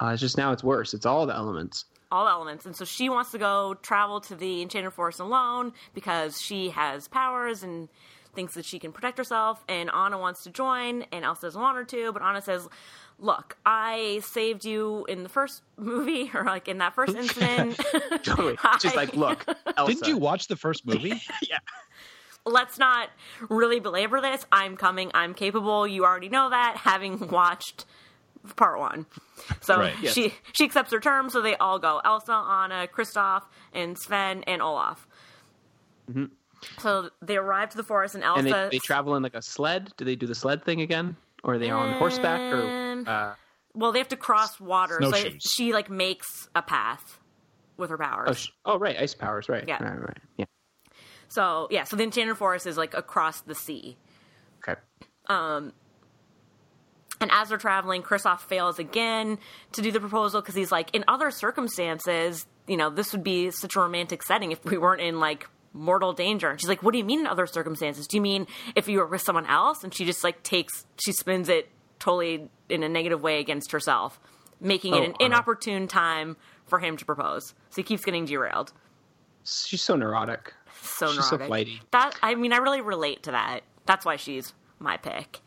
Speaker 2: uh, it's just now it's worse. It's all the elements.
Speaker 1: all elements. And so she wants to go travel to the Enchanted Forest alone because she has powers and thinks that she can protect herself. And Anna wants to join, and Elsa doesn't want her to. But Anna says, Look, I saved you in the first movie, or like in that first incident.
Speaker 2: Totally. She's like, look, Elsa.
Speaker 3: didn't you watch the first movie
Speaker 1: Let's not really belabor this. I'm coming. I'm capable. You already know that, having watched part one. So
Speaker 3: Right.
Speaker 1: she she accepts her terms. So they all go: Elsa, Anna, Kristoff, and Sven, and Olaf. So they arrive to the forest, and Elsa.
Speaker 2: Mm-hmm. And they, they travel in like a sled. Do they do the sled thing again, or are they on horseback? Or
Speaker 1: Um,
Speaker 2: uh,
Speaker 1: well, they have to cross water. So
Speaker 3: Snowshoes.
Speaker 1: she like makes a path with her powers.
Speaker 2: oh, sh- oh, right, ice powers, right?
Speaker 1: Yeah.
Speaker 2: right, right, yeah.
Speaker 1: so yeah, so the enchanted forest is like across the sea.
Speaker 2: Okay,
Speaker 1: And as they're traveling, Kristoff fails again to do the proposal because he's like, in other circumstances, you know, this would be such a romantic setting if we weren't in like mortal danger. And she's like, what do you mean in other circumstances? Do you mean if you were with someone else? And she just like takes, she spins it totally in a negative way against herself, making
Speaker 2: Oh,
Speaker 1: it an
Speaker 2: uh-huh.
Speaker 1: inopportune time for him to propose. So he keeps getting derailed.
Speaker 2: she's so neurotic.
Speaker 1: So
Speaker 2: She's so
Speaker 1: neurotic.
Speaker 2: flighty.
Speaker 1: That, I mean, I really relate to that. That's why she's my pick.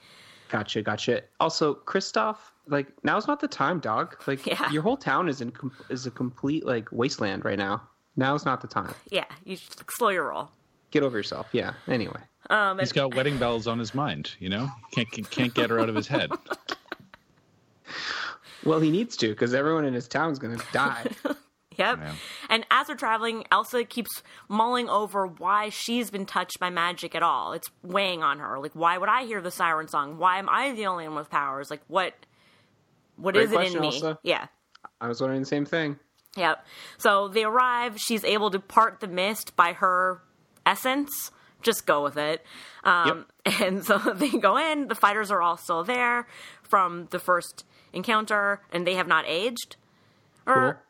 Speaker 2: Gotcha, gotcha. Also, Kristoff, like now's not the time, dog. Like
Speaker 1: Yeah.
Speaker 2: your whole town is in com- is a complete like wasteland right now. Now's not the time.
Speaker 1: Yeah, you should slow your roll.
Speaker 2: Get over yourself. Yeah. Anyway,
Speaker 3: he's got wedding bells on his mind you know can't can't- can't get her out of his head
Speaker 2: well, he needs to because everyone in his town's gonna die.
Speaker 1: Yep.
Speaker 3: Yeah.
Speaker 1: And as they're traveling, Elsa keeps mulling over why she's been touched by magic at all. It's weighing on her. Like, why would I hear the siren song? Why am I the only one with powers? Like, what? What
Speaker 2: Great
Speaker 1: is it
Speaker 2: question,
Speaker 1: in me?
Speaker 2: Elsa.
Speaker 1: Yeah.
Speaker 2: I was wondering the same thing.
Speaker 1: Yep. So they arrive. She's able to part the mist by her essence. Just go with it. Um, And so they go in. The fighters are all still there from the first encounter, and they have not aged. Or
Speaker 2: Cool.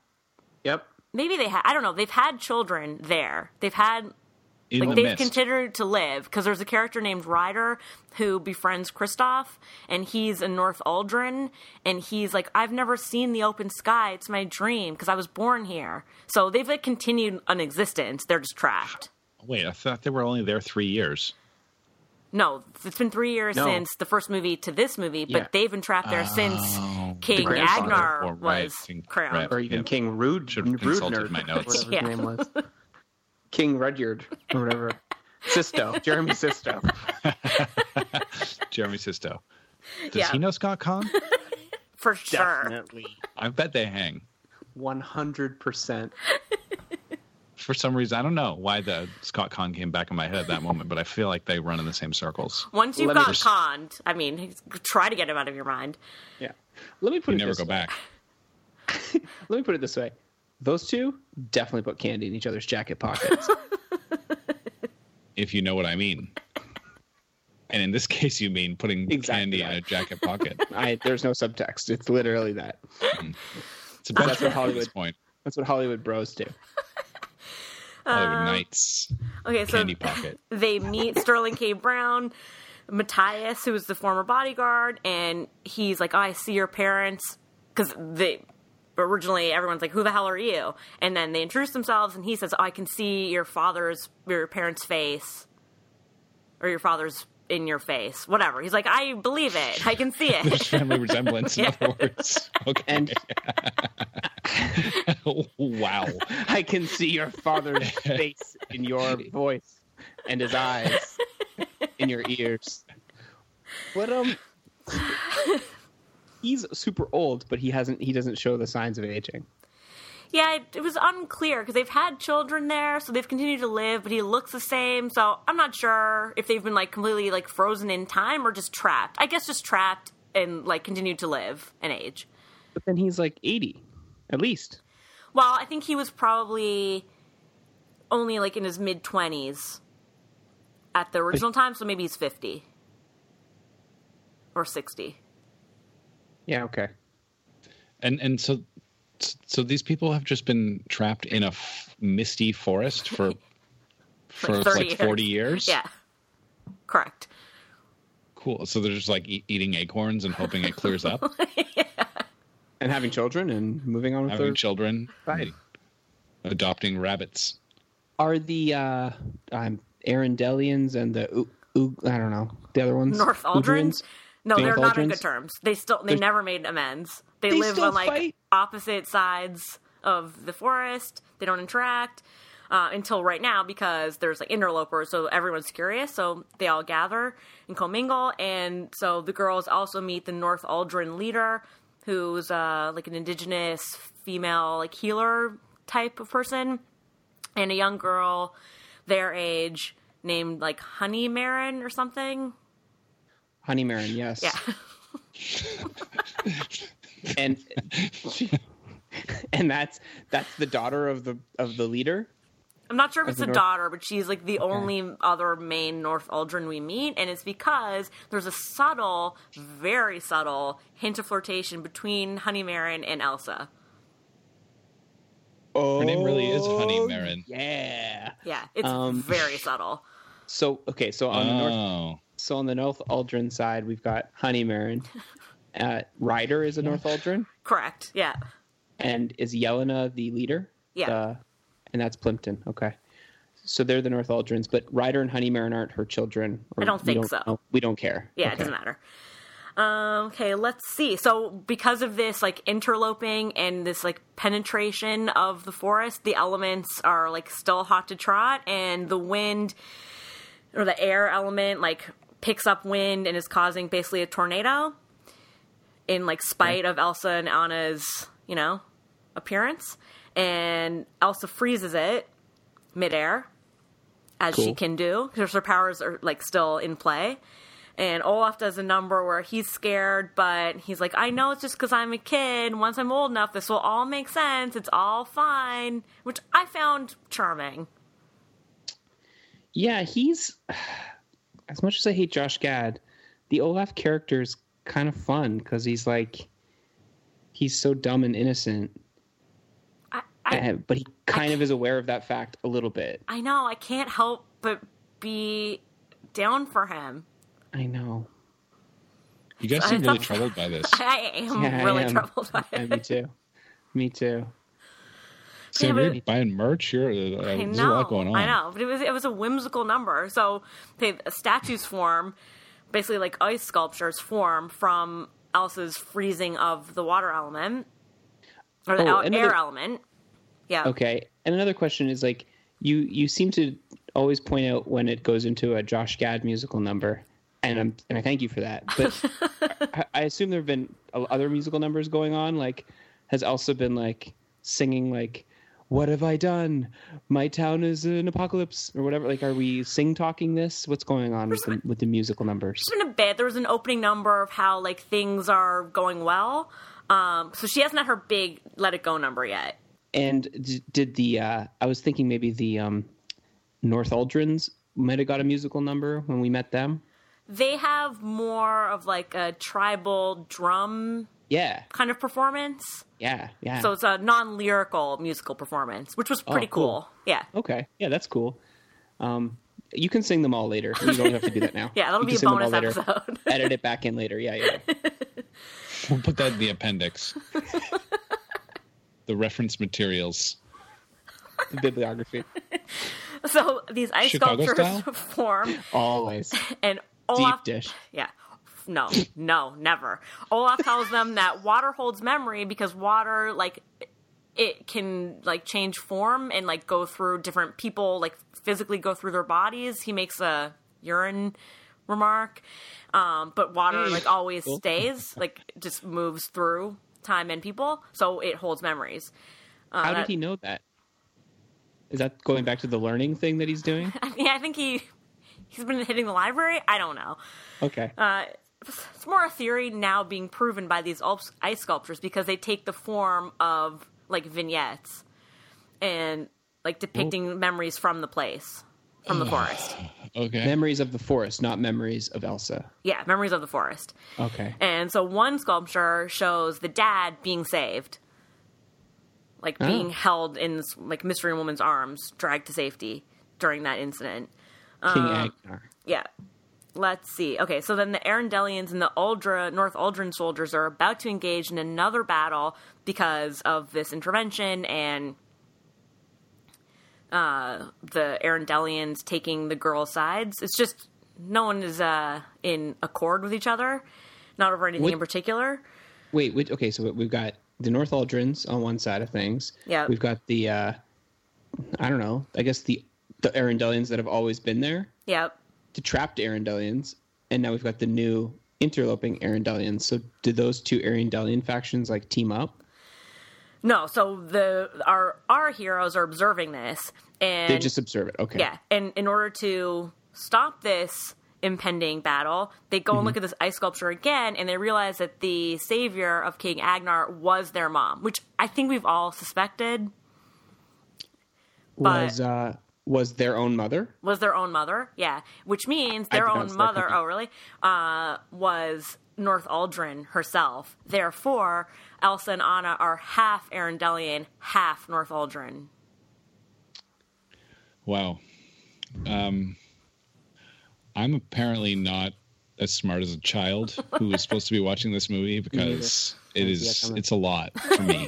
Speaker 2: Yep.
Speaker 1: maybe they ha- I don't know. They've had children there. They've had
Speaker 3: in
Speaker 1: like
Speaker 3: the
Speaker 1: they've
Speaker 3: mist
Speaker 1: continued to live because there's a character named Ryder who befriends Kristoff, and he's in North Aldrin, and he's like, I've never seen the open sky. It's my dream because I was born here. So they've like continued an existence. They're just trapped.
Speaker 3: Oh, wait i thought they were only there three years
Speaker 1: No, it's been three years
Speaker 2: No.
Speaker 1: since the first movie to this movie, but
Speaker 2: Yeah.
Speaker 1: they've been trapped
Speaker 3: Oh,
Speaker 1: there since King
Speaker 2: grandfather.
Speaker 1: Agnar
Speaker 3: Or, right,
Speaker 1: was
Speaker 3: King-
Speaker 1: crowned.
Speaker 3: right.
Speaker 2: Or even
Speaker 3: Yeah.
Speaker 2: King Rude.
Speaker 3: Should've consulted
Speaker 2: Rudner,
Speaker 3: my notes.
Speaker 2: Whatever
Speaker 1: Yeah.
Speaker 2: his name was. King Rudyard or whatever. Sisto. Jeremy Sisto.
Speaker 3: jeremy sisto does
Speaker 1: Yeah.
Speaker 3: he know scott kahn
Speaker 1: For sure.
Speaker 3: i bet they hang
Speaker 2: One hundred percent.
Speaker 3: for some reason, I don't know why the Scott Kahn came back in my head at that moment, but I feel like they run in the same circles.
Speaker 1: Once you've
Speaker 2: Let me
Speaker 1: got
Speaker 2: just-
Speaker 1: conned, I mean, try to get him out of your mind.
Speaker 2: Yeah. Let me put
Speaker 3: You
Speaker 2: it
Speaker 3: never
Speaker 2: this
Speaker 3: go
Speaker 2: way.
Speaker 3: back.
Speaker 2: Let me put it this way: those two definitely put candy in each other's jacket pockets.
Speaker 3: If you know what I mean. And in this case, you mean putting
Speaker 2: Exactly
Speaker 3: candy in
Speaker 2: right.
Speaker 3: a jacket pocket.
Speaker 2: I, there's no subtext. It's literally that.
Speaker 3: It's a bunch
Speaker 2: That's what
Speaker 3: of at this
Speaker 2: Hollywood-
Speaker 3: point.
Speaker 2: That's what Hollywood bros do.
Speaker 1: Uh,
Speaker 3: Hollywood Nights,
Speaker 1: Okay, so
Speaker 3: candy pocket.
Speaker 1: they meet Sterling K. Brown, Matthias, who is the former bodyguard, and he's like, oh, I see your parents. Because they, But originally, everyone's like, "Who the hell are you?" And then they introduce themselves, and he says, oh, "I can see your father's, your parents' face, or your father's in your face, whatever." He's like, "I believe it. I can see
Speaker 3: There's
Speaker 1: it."
Speaker 3: family resemblance, in
Speaker 1: Yeah.
Speaker 3: other words. Okay.
Speaker 2: And
Speaker 3: wow.
Speaker 2: I can see your father's face in your voice and his eyes in your ears. But um he's super old, but he hasn't he doesn't show the signs of aging.
Speaker 1: yeah, it, it was unclear because they've had children there, so they've continued to live, but he looks the same. So I'm not sure if they've been like completely like frozen in time or just trapped. I guess just trapped and like continued to live and age.
Speaker 2: But then he's like 80 at least.
Speaker 1: Well, I think he was probably only like in his mid twenties at the original time, so maybe he's fifty or sixty.
Speaker 2: Yeah, okay.
Speaker 3: And and so so these people have just been trapped in a f- misty forest for for
Speaker 1: 30
Speaker 3: like 40 years.
Speaker 1: Yeah, correct.
Speaker 3: Cool. So they're just like e- eating acorns and hoping it clears up,
Speaker 2: And having children and moving on with
Speaker 3: having
Speaker 2: their
Speaker 3: children,
Speaker 2: Right.
Speaker 3: adopting rabbits.
Speaker 2: are the uh um Arendellians and the U- U- I don't know, the other ones
Speaker 1: North Aldrins.
Speaker 2: Udrins?
Speaker 1: No,
Speaker 2: North
Speaker 1: they're not on
Speaker 2: Aldrins?
Speaker 1: good terms. They still they
Speaker 2: They're-
Speaker 1: never made amends. They,
Speaker 2: They
Speaker 1: live
Speaker 2: still
Speaker 1: on like
Speaker 2: fight?
Speaker 1: opposite sides of the forest. They don't interact uh, until right now because there's like interlopers, so everyone's curious. So they all gather and commingle, and so the girls also meet the North Aldrin leader, who's uh, like an indigenous female like healer type of person and a young girl their age named like honey marin or something
Speaker 2: Honey Marin, yes.
Speaker 1: yeah
Speaker 2: and and that's that's the daughter of the of the leader.
Speaker 1: I'm not sure if it's
Speaker 2: the
Speaker 1: a
Speaker 2: North-
Speaker 1: daughter, but she's like the only other main North Aldrin we meet, and it's because there's a subtle, very subtle hint of flirtation between Honey Marin and Elsa.
Speaker 2: Oh,
Speaker 3: name really is Honey Marin.
Speaker 2: Yeah.
Speaker 1: Yeah, it's
Speaker 2: Um,
Speaker 1: very subtle.
Speaker 2: So okay, so on the north,
Speaker 3: Oh.
Speaker 2: so on the North Aldrin side, we've got Honey Marin. Uh, Ryder is a North Aldrin,
Speaker 1: Correct. Yeah.
Speaker 2: and is Yelena the leader?
Speaker 1: Yeah.
Speaker 2: The- and that's Plimpton. Okay. So they're the North Aldrins, but Ryder and Honey Marin aren't her children. or
Speaker 1: I don't
Speaker 2: we
Speaker 1: think so.
Speaker 2: know- we don't care.
Speaker 1: Yeah, it
Speaker 2: Okay.
Speaker 1: doesn't matter. Um, okay, let's see. So because of this like interloping and this like penetration of the forest, the elements are like still hot to trot and the wind or the air element like picks up wind and is causing basically a tornado in like spite of Elsa and Anna's, you know, appearance. And Elsa freezes it midair as she
Speaker 2: Cool.
Speaker 1: can do because her powers are like still in play. And Olaf does a number where he's scared, but he's like, I know it's just because I'm a kid. Once I'm old enough, this will all make sense. It's all fine, which I found charming.
Speaker 2: Yeah, he's as much as I hate Josh Gad, the Olaf character is kind of fun because he's like he's so dumb and innocent,
Speaker 1: I, I,
Speaker 2: eh, but he kind of is aware of that fact a little bit.
Speaker 1: I know, I can't help but be down for him.
Speaker 2: I know.
Speaker 3: You guys
Speaker 1: I
Speaker 3: seem really
Speaker 1: thought-
Speaker 3: troubled by this.
Speaker 1: I am
Speaker 2: Yeah, I
Speaker 1: really
Speaker 2: am.
Speaker 1: troubled by
Speaker 2: Yeah,
Speaker 1: it.
Speaker 2: me too. Me too.
Speaker 3: Sam,
Speaker 1: but-
Speaker 3: you're buying merch. You're, uh,
Speaker 1: I
Speaker 3: there's a
Speaker 1: know.
Speaker 3: lot going on.
Speaker 1: I know, but it was it was a whimsical number. So they, statues form, basically like ice sculptures form from Elsa's freezing of the water element or the
Speaker 2: Oh,
Speaker 1: el-
Speaker 2: another-
Speaker 1: air element. Yeah.
Speaker 2: Okay. And another question is like you you seem to always point out when it goes into a Josh Gad musical number, and I'm and I thank you for that. But I, I assume there have been o- other musical numbers going on. Like, has Elsa been like singing like, "What have I done? My town is an apocalypse" or whatever? Like, are we sing talking this? What's going on with the, with the musical numbers?
Speaker 1: It's been a bit. There was an opening number of how like things are going well. Um, so she hasn't had her big let it go number yet.
Speaker 2: And d- did the uh, I was thinking maybe the um, North Aldrins might have got a musical number when we met them.
Speaker 1: They have more of like a tribal drum
Speaker 2: Yeah,
Speaker 1: kind of performance.
Speaker 2: yeah, yeah.
Speaker 3: Ah.
Speaker 1: So it's a non-lyrical musical performance, which
Speaker 3: Oh,
Speaker 1: was pretty
Speaker 2: cool.
Speaker 1: cool. Yeah.
Speaker 2: Okay. Yeah, that's cool. Um, you can sing them all later. You don't have to do that now.
Speaker 1: Yeah, that'll
Speaker 2: You
Speaker 1: be
Speaker 2: can
Speaker 1: a
Speaker 2: sing them all
Speaker 1: bonus
Speaker 2: later.
Speaker 1: episode.
Speaker 2: Edit it back in later. Yeah, yeah.
Speaker 3: We'll put that in the appendix. the reference materials.
Speaker 2: The bibliography.
Speaker 1: So these ice
Speaker 3: Chicago
Speaker 1: sculptures
Speaker 3: style?
Speaker 1: form
Speaker 2: Always.
Speaker 1: and
Speaker 2: Deep
Speaker 1: Olaf
Speaker 2: dish.
Speaker 1: Yeah. No, no, never. Olaf tells them that water holds memory because water, like, it can, like, change form and, like, go through different people, like, physically go through their bodies. He makes a urine remark. Um, but
Speaker 2: Mm.
Speaker 1: water, like, always stays, like, just moves through time and people. So it holds memories.
Speaker 2: How
Speaker 1: Oh, that-
Speaker 2: did he know that? Is that going back to the learning thing that he's doing?
Speaker 1: I mean, I think he. He's been hitting the library. I don't know.
Speaker 2: Okay.
Speaker 1: Uh, it's more a theory now being proven by these ulp- ice sculptures because they take the form of like vignettes and like depicting memories from the place, from the forest.
Speaker 3: Okay.
Speaker 2: memories of the forest, not memories of Elsa.
Speaker 1: Yeah, memories of the forest.
Speaker 2: Okay.
Speaker 1: And so one sculpture shows the dad being saved, like being held in this, like mystery woman's arms, dragged to safety during that incident. Uh,
Speaker 2: King Agnar.
Speaker 1: Yeah. Let's see. Okay, so then the Arendellians and the Uldra, North Uldran soldiers are about to engage in another battle because of this intervention and uh, the Arendellians taking the girls' sides. It's just no one is uh, in accord with each other, not over anything
Speaker 2: What-
Speaker 1: in particular.
Speaker 2: Wait, wait, okay, so we've got the North Aldrins on one side of things.
Speaker 1: Yeah.
Speaker 2: We've got the, uh, I don't know, I guess the, the Arendellians that have always been there,
Speaker 1: Yep.
Speaker 2: the trapped Arendellians, and now we've got the new interloping Arendellians. So did those two Arendellian factions like team up?
Speaker 1: No, so the our our heroes are observing this and
Speaker 2: They just observe it. Okay.
Speaker 1: Yeah, and in order to stop this impending battle, they go and look at this ice sculpture again, and they realize that the savior of King Agnar was their mom, which I think we've all suspected but-
Speaker 2: Was uh was their own mother?
Speaker 1: was their own mother. Yeah, which means their
Speaker 2: pronounce
Speaker 1: own
Speaker 2: that
Speaker 1: mother.
Speaker 2: correctly.
Speaker 1: Oh, really? Uh, was North Aldrin herself. Therefore, Elsa and Anna are half Arendellian, half North Aldrin.
Speaker 3: Wow. Um, I'm apparently not as smart as a child who is supposed to be watching this movie because it
Speaker 2: Didn't see that
Speaker 3: is
Speaker 2: coming.
Speaker 3: it's a lot for me.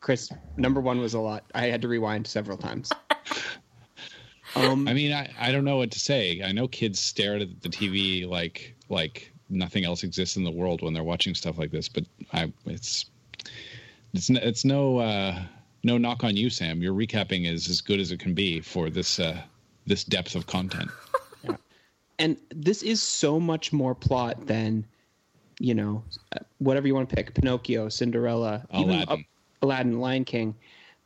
Speaker 2: Chris, number one was a lot. I had to rewind several times. um
Speaker 3: I mean, I, I don't know what to say. I know kids stare at the TV like like nothing else exists in the world when they're watching stuff like this, but I it's it's no, it's no uh, no knock on you, Sam. Your recapping is as good as it can be for this uh, this depth of content.
Speaker 2: and this is so much more plot than you know uh, whatever you want to pick pinocchio cinderella
Speaker 3: Aladdin.
Speaker 2: aladdin lion king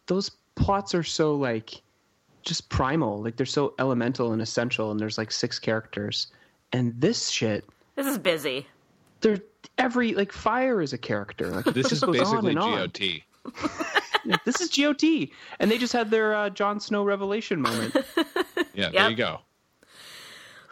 Speaker 2: those plots are so like just primal like they're so elemental and essential and there's like six characters and this shit
Speaker 1: This is busy.
Speaker 2: they're every like fire is a character like it
Speaker 3: This
Speaker 2: just
Speaker 3: is
Speaker 2: goes on
Speaker 3: basically
Speaker 2: and on.
Speaker 3: GOT.
Speaker 2: this is got and they just had their uh, Jon snow revelation moment
Speaker 3: Yeah, there
Speaker 1: Yep.
Speaker 3: you go.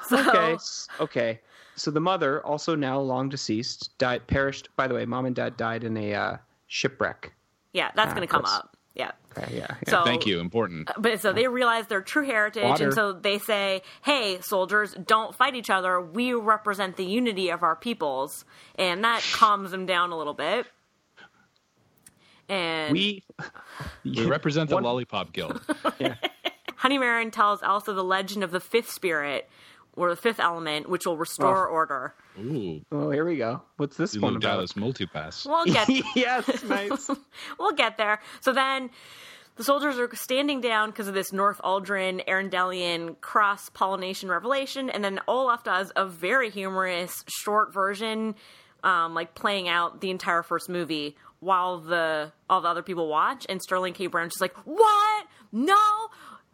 Speaker 1: So,
Speaker 2: okay. s-
Speaker 1: Oh.
Speaker 2: Okay. So the mother, also now long deceased, died perished. By the way, mom and dad died in a uh, shipwreck.
Speaker 1: yeah, that's going to come
Speaker 2: that's-
Speaker 1: up. Yeah.
Speaker 2: Okay, yeah. yeah.
Speaker 1: So, uh,
Speaker 3: Thank you. Important.
Speaker 1: But so they realize their true heritage,
Speaker 2: Water.
Speaker 1: and so they say, "Hey, soldiers, don't fight each other. We represent the unity of our peoples," and that calms them down a little bit. And
Speaker 2: we
Speaker 3: We represent the
Speaker 2: One-
Speaker 3: Lollipop Guild.
Speaker 1: Honey Marin tells Elsa the legend of the fifth spirit, or the fifth element, which will restore order.
Speaker 3: Ooh,
Speaker 2: Oh, here we go. What's this one
Speaker 3: Lulu
Speaker 2: about?
Speaker 3: Dallas Multipass.
Speaker 1: We'll get
Speaker 2: yes, nice.
Speaker 1: we'll get there. So then the soldiers are standing down because of this North Aldrin Arendellian cross pollination revelation, and then Olaf does a very humorous short version, um, like playing out the entire first movie while the all the other people watch, and Sterling K. Brown's just like, "What? No?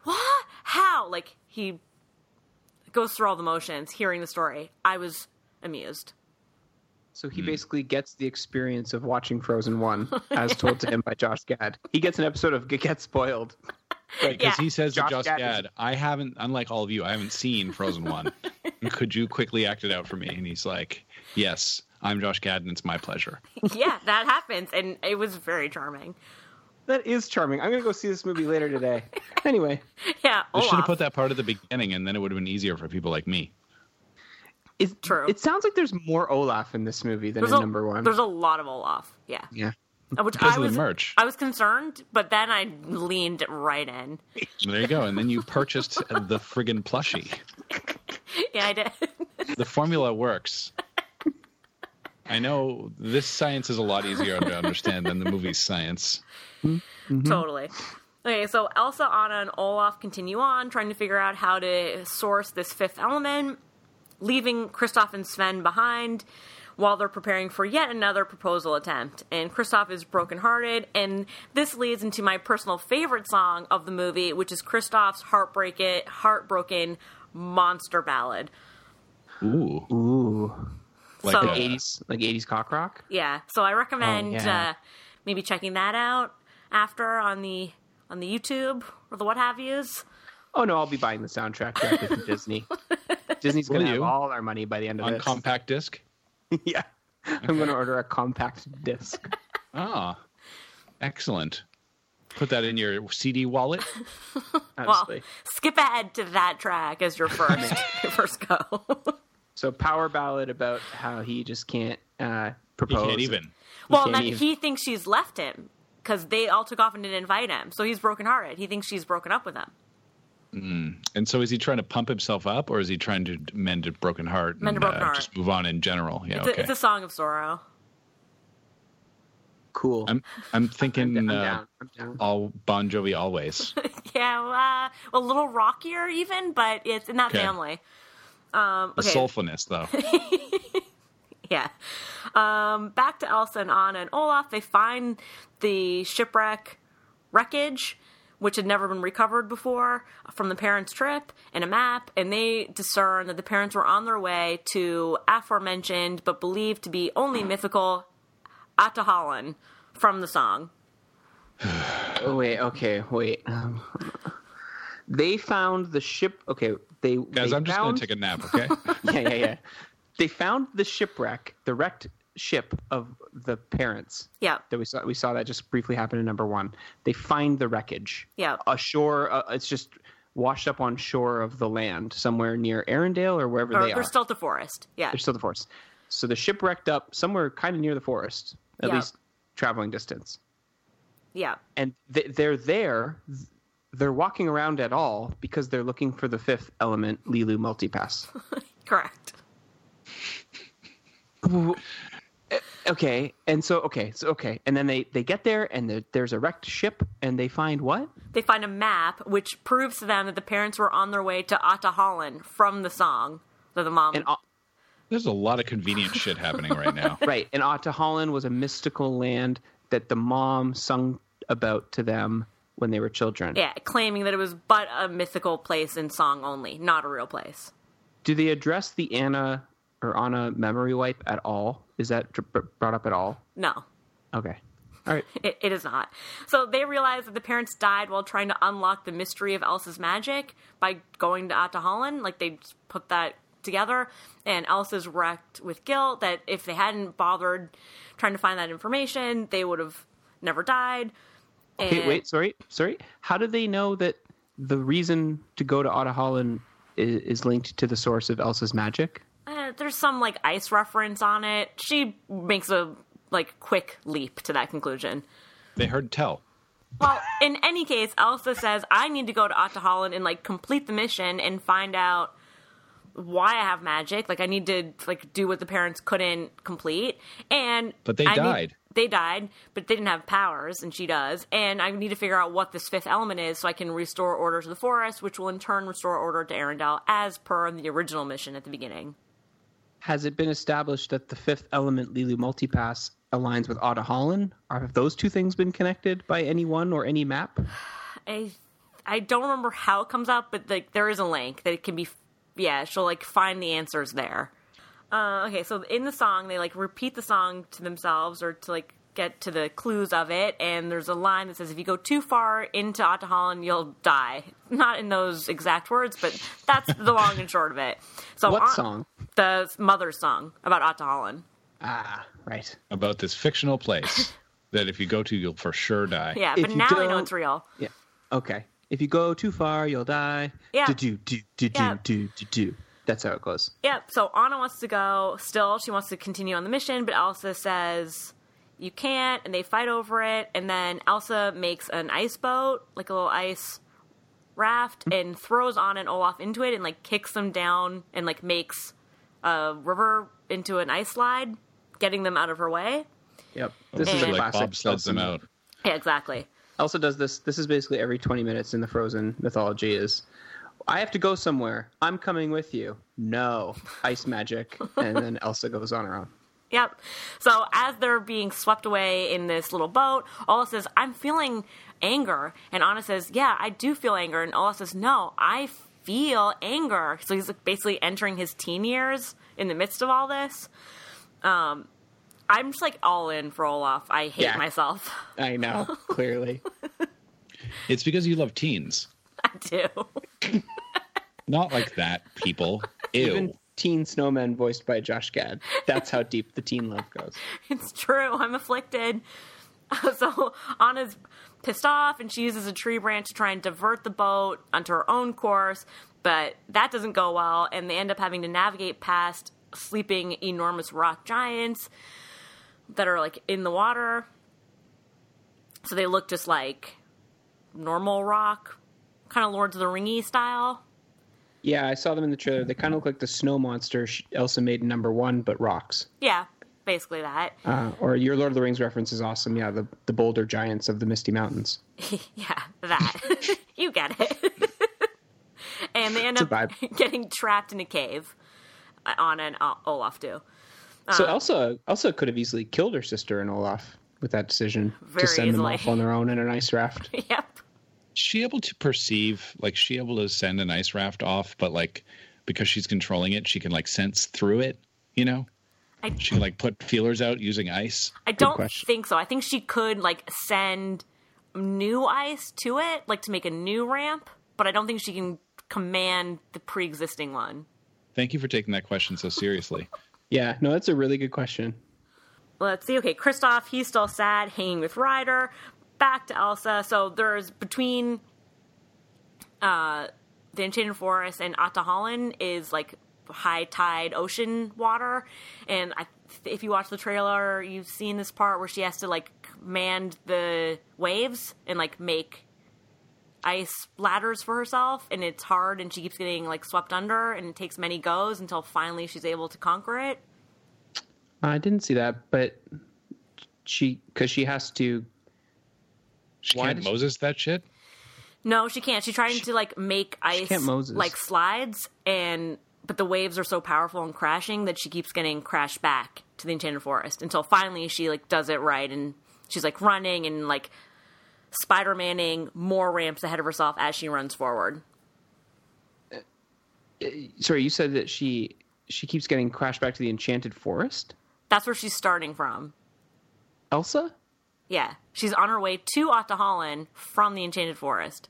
Speaker 1: What? How?" Like he goes through all the motions, hearing the story. I was amused.
Speaker 2: So he basically gets the experience of watching Frozen One, as told to him by Josh Gad. He gets an episode of G- Get Spoiled.
Speaker 3: Because
Speaker 1: Yeah.
Speaker 3: he says
Speaker 2: Josh
Speaker 3: to Josh
Speaker 2: Gad
Speaker 3: Gad,
Speaker 2: is-
Speaker 3: I haven't, unlike all of you, I haven't seen Frozen 1. Could you quickly act it out for me? And he's like, Yes, I'm Josh Gad and it's my pleasure.
Speaker 1: yeah, that happens, and it was very charming.
Speaker 2: That is charming. I'm gonna go see this movie later today. Anyway,
Speaker 1: Yeah,
Speaker 3: They should have
Speaker 1: Olaf.
Speaker 3: put that part at the beginning and then it would have been easier for people like me.
Speaker 2: it's
Speaker 1: True.
Speaker 2: It sounds like there's more Olaf in this movie than in number one.
Speaker 1: There's a lot of Olaf. Yeah.
Speaker 2: Yeah.
Speaker 1: Uh, Which
Speaker 3: because
Speaker 1: I
Speaker 3: of the
Speaker 1: was
Speaker 3: merch.
Speaker 1: I was concerned, but then I leaned right in.
Speaker 3: There you go. And then you purchased the friggin' plushie.
Speaker 1: Yeah, I did.
Speaker 3: The formula works. I know this science is a lot easier to understand than the movie's science.
Speaker 2: Mm-hmm.
Speaker 1: Totally. Okay, so Elsa, Anna, and Olaf continue on trying to figure out how to source this fifth element, leaving Kristoff and Sven behind while they're preparing for yet another proposal attempt. And Kristoff is brokenhearted, and this leads into my personal favorite song of the movie, which is Kristoff's heartbreak heartbroken monster ballad.
Speaker 3: Ooh.
Speaker 2: Ooh,
Speaker 3: Like
Speaker 1: So-
Speaker 3: uh,
Speaker 1: Like
Speaker 2: eighties like eighties cock rock.
Speaker 1: Yeah, so I recommend
Speaker 2: Oh, yeah.
Speaker 1: uh, maybe checking that out after on the on the YouTube or the what have yous.
Speaker 2: Oh no, I'll be buying the soundtrack directly from Disney. Disney's
Speaker 3: Will
Speaker 2: gonna have
Speaker 3: you?
Speaker 2: all our money by the end of
Speaker 3: on
Speaker 2: this.
Speaker 3: compact disc.
Speaker 2: yeah, I'm gonna order a compact disc.
Speaker 3: Ah, excellent. Put that in your CD wallet.
Speaker 1: Well,
Speaker 2: Honestly.
Speaker 1: skip ahead to that track as your first your first go.
Speaker 2: so power ballad about how he just can't uh,
Speaker 3: You
Speaker 2: propose.
Speaker 3: can't even.
Speaker 1: well,
Speaker 2: can't
Speaker 1: then
Speaker 2: even.
Speaker 1: he thinks she's left him because they all took off and didn't invite him, so he's brokenhearted. He thinks she's broken up with him.
Speaker 3: And so, is he trying to pump himself up, or is he trying to mend a broken heart
Speaker 1: Mend a
Speaker 3: and uh,
Speaker 1: broken heart.
Speaker 3: just move on in general? Yeah,
Speaker 1: It's,
Speaker 3: okay.
Speaker 1: a, it's a song of sorrow.
Speaker 2: Cool.
Speaker 3: I'm I'm thinking
Speaker 2: I'm
Speaker 3: uh,
Speaker 2: down. I'm down.
Speaker 3: all Bon Jovi always.
Speaker 1: Yeah, uh, a little rockier even, but it's in that
Speaker 3: Okay.
Speaker 1: family. Um,
Speaker 3: The
Speaker 1: okay,
Speaker 3: soulfulness, though.
Speaker 1: yeah. Um, back to Elsa and Anna and Olaf. They find the shipwreck wreckage, which had never been recovered before, from the parents' trip, and a map, and they discern that the parents were on their way to aforementioned but believed to be only
Speaker 2: Hmm.
Speaker 1: mythical Atahalan from the song.
Speaker 2: Oh, wait. Okay. Wait. Um, they found the ship. Okay. They
Speaker 3: Guys,
Speaker 2: they
Speaker 3: I'm just
Speaker 2: found,
Speaker 3: going to take a nap, okay?
Speaker 2: yeah, yeah, yeah. They found the shipwreck, the wrecked ship of the parents.
Speaker 1: Yeah.
Speaker 2: That we saw, we saw that just briefly happen in number one. They find the wreckage.
Speaker 1: Yeah.
Speaker 2: ashore. Uh, it's just washed up on shore of the land somewhere near Arendelle or wherever
Speaker 1: Or
Speaker 2: they
Speaker 1: they're
Speaker 2: are.
Speaker 1: still at the forest. Yeah.
Speaker 2: They're still the forest. So the ship wrecked up somewhere kind of near the forest, at
Speaker 1: Yeah.
Speaker 2: least traveling distance.
Speaker 1: Yeah.
Speaker 2: And th- they're there. th- They're walking around at all because they're looking for the fifth element, Lilu multipass.
Speaker 1: Correct.
Speaker 2: Okay, and so okay, so okay, and then they they get there, and there, there's a wrecked ship, and they find what?
Speaker 1: They find a map which proves to them that the parents were on their way to Atahalan from the song. So the mom
Speaker 2: And uh,
Speaker 3: There's a lot of convenient shit happening right now.
Speaker 2: right, and Atahalan was a mystical land that the mom sung about to them when they were children.
Speaker 1: Yeah, claiming that it was but a mythical place in song only, not a real place.
Speaker 2: Do they address the Anna or Anna memory wipe at all? Is that dr- br- brought up at all?
Speaker 1: No,
Speaker 2: Okay, all right.
Speaker 1: it, it is not. So they realize that the parents died while trying to unlock the mystery of Elsa's magic by going to Atahalan. Like they just put that together, and Elsa's wrecked with guilt that if they hadn't bothered trying to find that information, they would have never died.
Speaker 2: Wait,
Speaker 1: And-
Speaker 2: wait, sorry, sorry. How do they know that the reason to go to Atahalan is, is linked to the source of Elsa's magic?
Speaker 1: Uh, there's some like ice reference on it. She makes a like quick leap to that conclusion.
Speaker 3: They heard tell.
Speaker 1: Well, in any case, Elsa says I need to go to Atahalan and like complete the mission and find out why I have magic. Like I need to like do what the parents couldn't complete. And
Speaker 3: But they
Speaker 1: I need-
Speaker 3: died.
Speaker 1: they died, but they didn't have powers, and she does. And I need to figure out what this fifth element is so I can restore order to the forest, which will in turn restore order to Arendelle as per the original mission at the beginning.
Speaker 2: Has it been established that the fifth element, Lilu Multipass, aligns with Otta Holland? Are have those two things been connected by any one or any map?
Speaker 1: I I don't remember how it comes up, but like there is a link that it can be. Yeah, she'll like find the answers there. Uh, okay, so in the song, they like repeat the song to themselves or to like get to the clues of it. And there's a line that says, "If you go too far into Atahalan, you'll die." Not in those exact words, but that's the long and short of it. So
Speaker 2: What
Speaker 1: An-
Speaker 2: song?
Speaker 1: The mother's song about Atahalan.
Speaker 2: Ah, right.
Speaker 3: about this fictional place that if you go to, you'll for sure die.
Speaker 1: Yeah,
Speaker 2: If
Speaker 1: but
Speaker 2: you
Speaker 1: now I know
Speaker 2: don't-
Speaker 1: it's real.
Speaker 2: Yeah. Okay. If you go too far, you'll die.
Speaker 1: Yeah.
Speaker 2: Do do do do
Speaker 1: Yeah.
Speaker 2: do do do do. That's how it goes.
Speaker 1: Yep. So Anna wants to go. Still, she wants to continue on the mission, but Elsa says, you can't, and they fight over it. And then Elsa makes an ice boat, like a little ice raft, and throws on and Olaf into it, and like kicks them down, and like makes a river into an ice slide, getting them out of her way.
Speaker 2: Yep. This is a
Speaker 1: And-
Speaker 3: Oh, like
Speaker 2: classic.
Speaker 3: Bob sleds them
Speaker 2: Elsa.
Speaker 3: out.
Speaker 1: Yeah, exactly.
Speaker 2: Elsa does this. This is basically every 20 minutes in the Frozen mythology is, I have to go somewhere. I'm coming with you. No. Ice magic. and then Elsa goes on her own.
Speaker 1: Yep. So as they're being swept away in this little boat, Ola says, I'm feeling anger. And Anna says, Yeah, I do feel anger. And Ola says, No, I feel anger. So he's like, basically entering his teen years in the midst of all this. Um, I'm just like all in for Olaf. I hate
Speaker 2: Yeah.
Speaker 1: myself.
Speaker 2: I know, clearly.
Speaker 3: It's because you love teens.
Speaker 1: I do.
Speaker 3: Not like that, people. Ew.
Speaker 2: Even teen snowmen voiced by Josh Gad. That's how deep the teen love goes.
Speaker 1: It's true. I'm afflicted. So Anna's pissed off, and she uses a tree branch to try and divert the boat onto her own course, but that doesn't go well, and they end up having to navigate past sleeping enormous rock giants that are like in the water. So they look just like normal rock, kind of Lords of the Ringy style.
Speaker 2: Yeah, I saw them in the trailer. They kind of look like the snow monster sh- Elsa made in number one, but rocks.
Speaker 1: Yeah, basically that.
Speaker 2: Uh, or your Lord of the Rings reference is awesome. Yeah, the, the boulder giants of the Misty Mountains.
Speaker 1: yeah, that. you get it. and they end
Speaker 2: It's
Speaker 1: up
Speaker 2: a
Speaker 1: getting trapped in a cave. Uh, Anna and O- Olaf do.
Speaker 2: So
Speaker 1: Ah.
Speaker 2: Elsa, Elsa could have easily killed her sister and Olaf with that decision
Speaker 1: Very
Speaker 2: to send
Speaker 1: easily.
Speaker 2: them off on their own in an ice raft.
Speaker 1: Yep.
Speaker 3: she able to perceive like she able to send an ice raft off but like because she's controlling it she can like sense through it you know
Speaker 1: I,
Speaker 3: she can like put feelers out using ice
Speaker 1: I don't
Speaker 2: question.
Speaker 1: think so. I think she could, like, send new ice to it, like, to make a new ramp, but I don't think she can command the pre existing one.
Speaker 3: thank you for taking that question so seriously
Speaker 2: Yeah, no, that's a really good question.
Speaker 1: let's see. Okay, Kristoff, he's still sad, hanging with Ryder. Back to Elsa. So there's between uh, the Enchanted Forest and Atahalan is like high tide ocean water. And I, if you watch the trailer, you've seen this part where she has to like command the waves and like make ice ladders for herself and it's hard and she keeps getting like swept under and it takes many goes until finally she's able to conquer it
Speaker 2: I didn't see that, but she because she has to.
Speaker 3: she
Speaker 2: Why
Speaker 3: can't
Speaker 2: does-
Speaker 3: moses that shit
Speaker 1: No, she can't. She's trying to like make ice
Speaker 2: can't Moses.
Speaker 1: like slides and but the waves are so powerful and crashing that she keeps getting crashed back to the enchanted forest until finally she like does it right and she's like running and like spider-maning more ramps ahead of herself as she runs forward.
Speaker 2: Sorry, you said that she she keeps getting crashed back to the Enchanted Forest.
Speaker 1: That's where she's starting from.
Speaker 2: Elsa.
Speaker 1: Yeah. She's on her way to Otaholland from the enchanted forest.